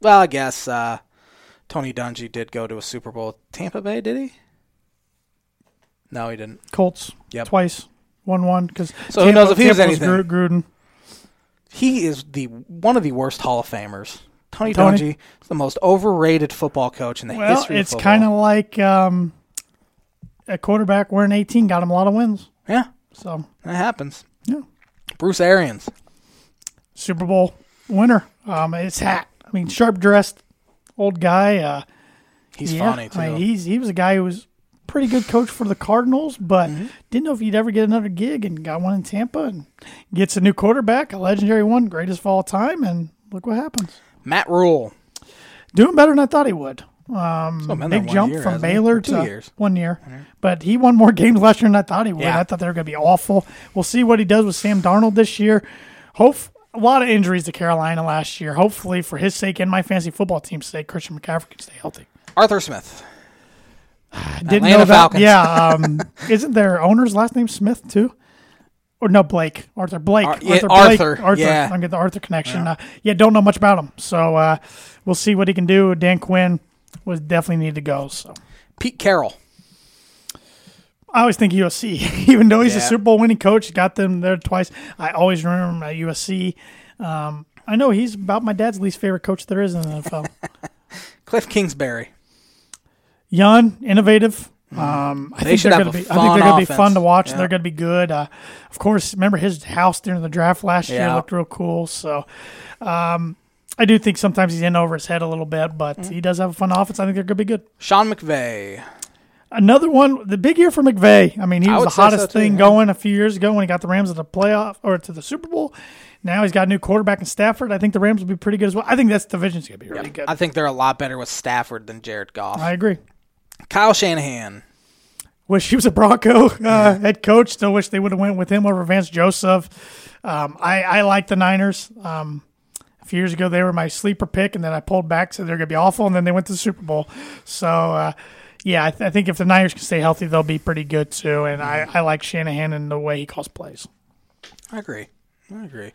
well, I guess uh Tony Dungy did go to a Super Bowl with Tampa Bay, did he? No, he didn't. Colts Yep. twice, one one. Because So who knows if he was anything. Gruden. He is the one of the worst Hall of Famers. Tony, Tony? Dungy is the most overrated football coach in the Well, history of it's football. kind of like um, a quarterback wearing eighteen got him a lot of wins. Yeah, So that happens. yeah, Bruce Arians. Super Bowl winner. Um, his hat. I mean, sharp dressed, old guy. Uh, He's yeah, funny too. I mean, he's he was a guy who was pretty good coach for the Cardinals, but Mm-hmm. didn't know if he'd ever get another gig, and got one in Tampa, and gets a new quarterback, a legendary one, greatest of all time, and look what happens. Matt Rule. Doing better than I thought he would. Um, So, man, Big one jump year, from hasn't he? Baylor Or two to years. one year, but he won more games last year than I thought he would. Yeah. I thought they were going to be awful. We'll see what he does with Sam Darnold this year. Hope a lot of injuries to Carolina last year. Hopefully, for his sake and my fantasy football team's sake, Christian McCaffrey can stay healthy. Arthur Smith. I didn't Atlanta know that. Falcons. Yeah, um, isn't their owner's last name Smith too? Or no, Blake Arthur Blake Ar- yeah, Blake Arthur, yeah. I get the Arthur connection. Yeah, uh, yeah don't know much about him, so uh, we'll see what he can do. Dan Quinn was definitely need to go. So. Pete Carroll. I always think USC, even though he's a Yeah. Super Bowl winning coach, got them there twice. I always remember him at USC. Um, I know he's about my dad's least favorite coach there is in the NFL. Cliff Kingsbury. Young, innovative. Um, I Mm-hmm. They think should they're have going to be. I a think they're fun going to be fun offense. to watch. Yeah. They're going to be good. Uh, of course, remember his house during the draft last year Yeah. looked real cool. So, um, I do think sometimes he's in over his head a little bit, but Mm-hmm. he does have a fun offense. I think they're going to be good. Sean McVay. Another one, the big year for McVay. I mean, he I was would the say so hottest too, thing yeah. going a few years ago when he got the Rams to the playoff or to the Super Bowl. Now he's got a new quarterback in Stafford. I think the Rams will be pretty good as well. I think that's division's going to be really good. I think they're a lot better with Stafford than Jared Goff. I agree. Kyle Shanahan. Wish he was a Bronco uh, head coach. Still wish they would have went with him over Vance Joseph. Um, I I like the Niners. Um, a few years ago they were my sleeper pick, and then I pulled back, so they're going to be awful, and then they went to the Super Bowl. So uh, yeah, I, th- I think if the Niners can stay healthy, they'll be pretty good too. And I, I like Shanahan and the way he calls plays. I agree. I agree.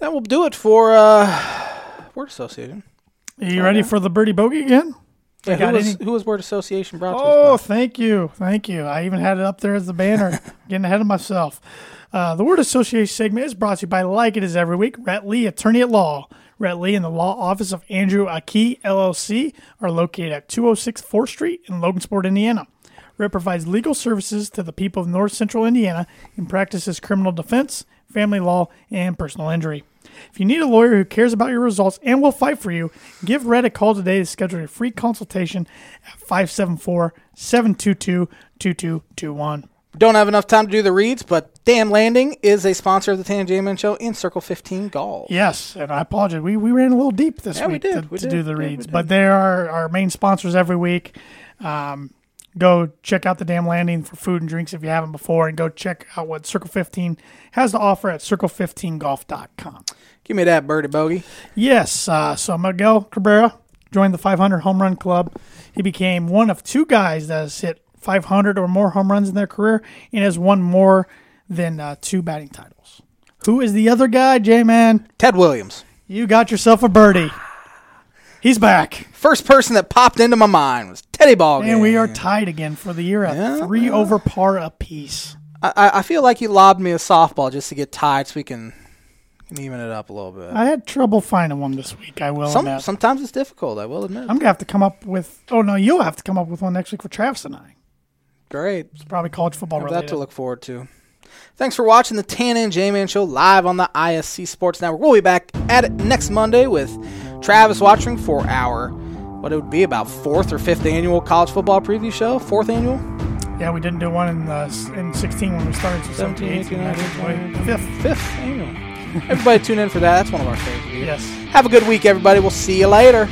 That will do it for uh, Word Association. Are you ready for the birdie bogey again? Yeah, got who, was, any- who was Word Association brought to us? Oh, thank you. Thank you. I even had it up there as the banner. Getting ahead of myself. Uh, the Word Association segment is brought to you by, like it is every week, Rhett Lee, attorney at law. Rhett Lee and the law office of Andrew Aki, LLC, are located at 206 4th Street in Logansport, Indiana. Rhett provides legal services to the people of north central Indiana and practices criminal defense, family law, and personal injury. If you need a lawyer who cares about your results and will fight for you, give Red a call today to schedule a free consultation at 574 722 2221. Don't have enough time to do the reads, but Dan Landing is a sponsor of the Tan J Man Show and Circle 15 Golf. Yes, and I apologize. We, we ran a little deep this Yeah, we week did. to, We to did. do the Yeah, we reads, did. but they are our main sponsors every week. Um, go check out the Dam Landing for food and drinks if you haven't before, and go check out what Circle 15 has to offer at circle15golf.com. Give me that birdie bogey. Yes. Uh, so Miguel Cabrera joined the 500 home run club. He became one of two guys that has hit 500 or more home runs in their career and has won more than uh, two batting titles. Who is the other guy, J Man? Ted Williams. You got yourself a birdie. He's back. First person that popped into my mind was Teddy Ball. And we are tied again for the year at Yeah. three over par apiece. I, I I feel like you lobbed me a softball just to get tied so we can, can even it up a little bit. I had trouble finding one this week, I will Some, admit. sometimes it's difficult, I will admit. I'm going to have to come up with, oh no, you'll have to come up with one next week for Travis and I. Great. It's probably college football Have that related. to look forward to. Thanks for watching the Tan and J-Man Show live on the ISC Sports Network. We'll be back at it next Monday with Travis Watching for our, what it would be, about fourth or fifth annual college football preview show? Fourth annual? yeah, we didn't do one in, uh, s- in 16 when we started, so 17, 18, 19, 20, fifth. Fifth annual. Everybody tune in for that. That's one of our favorites. Yes. Have a good week, everybody. We'll see you later.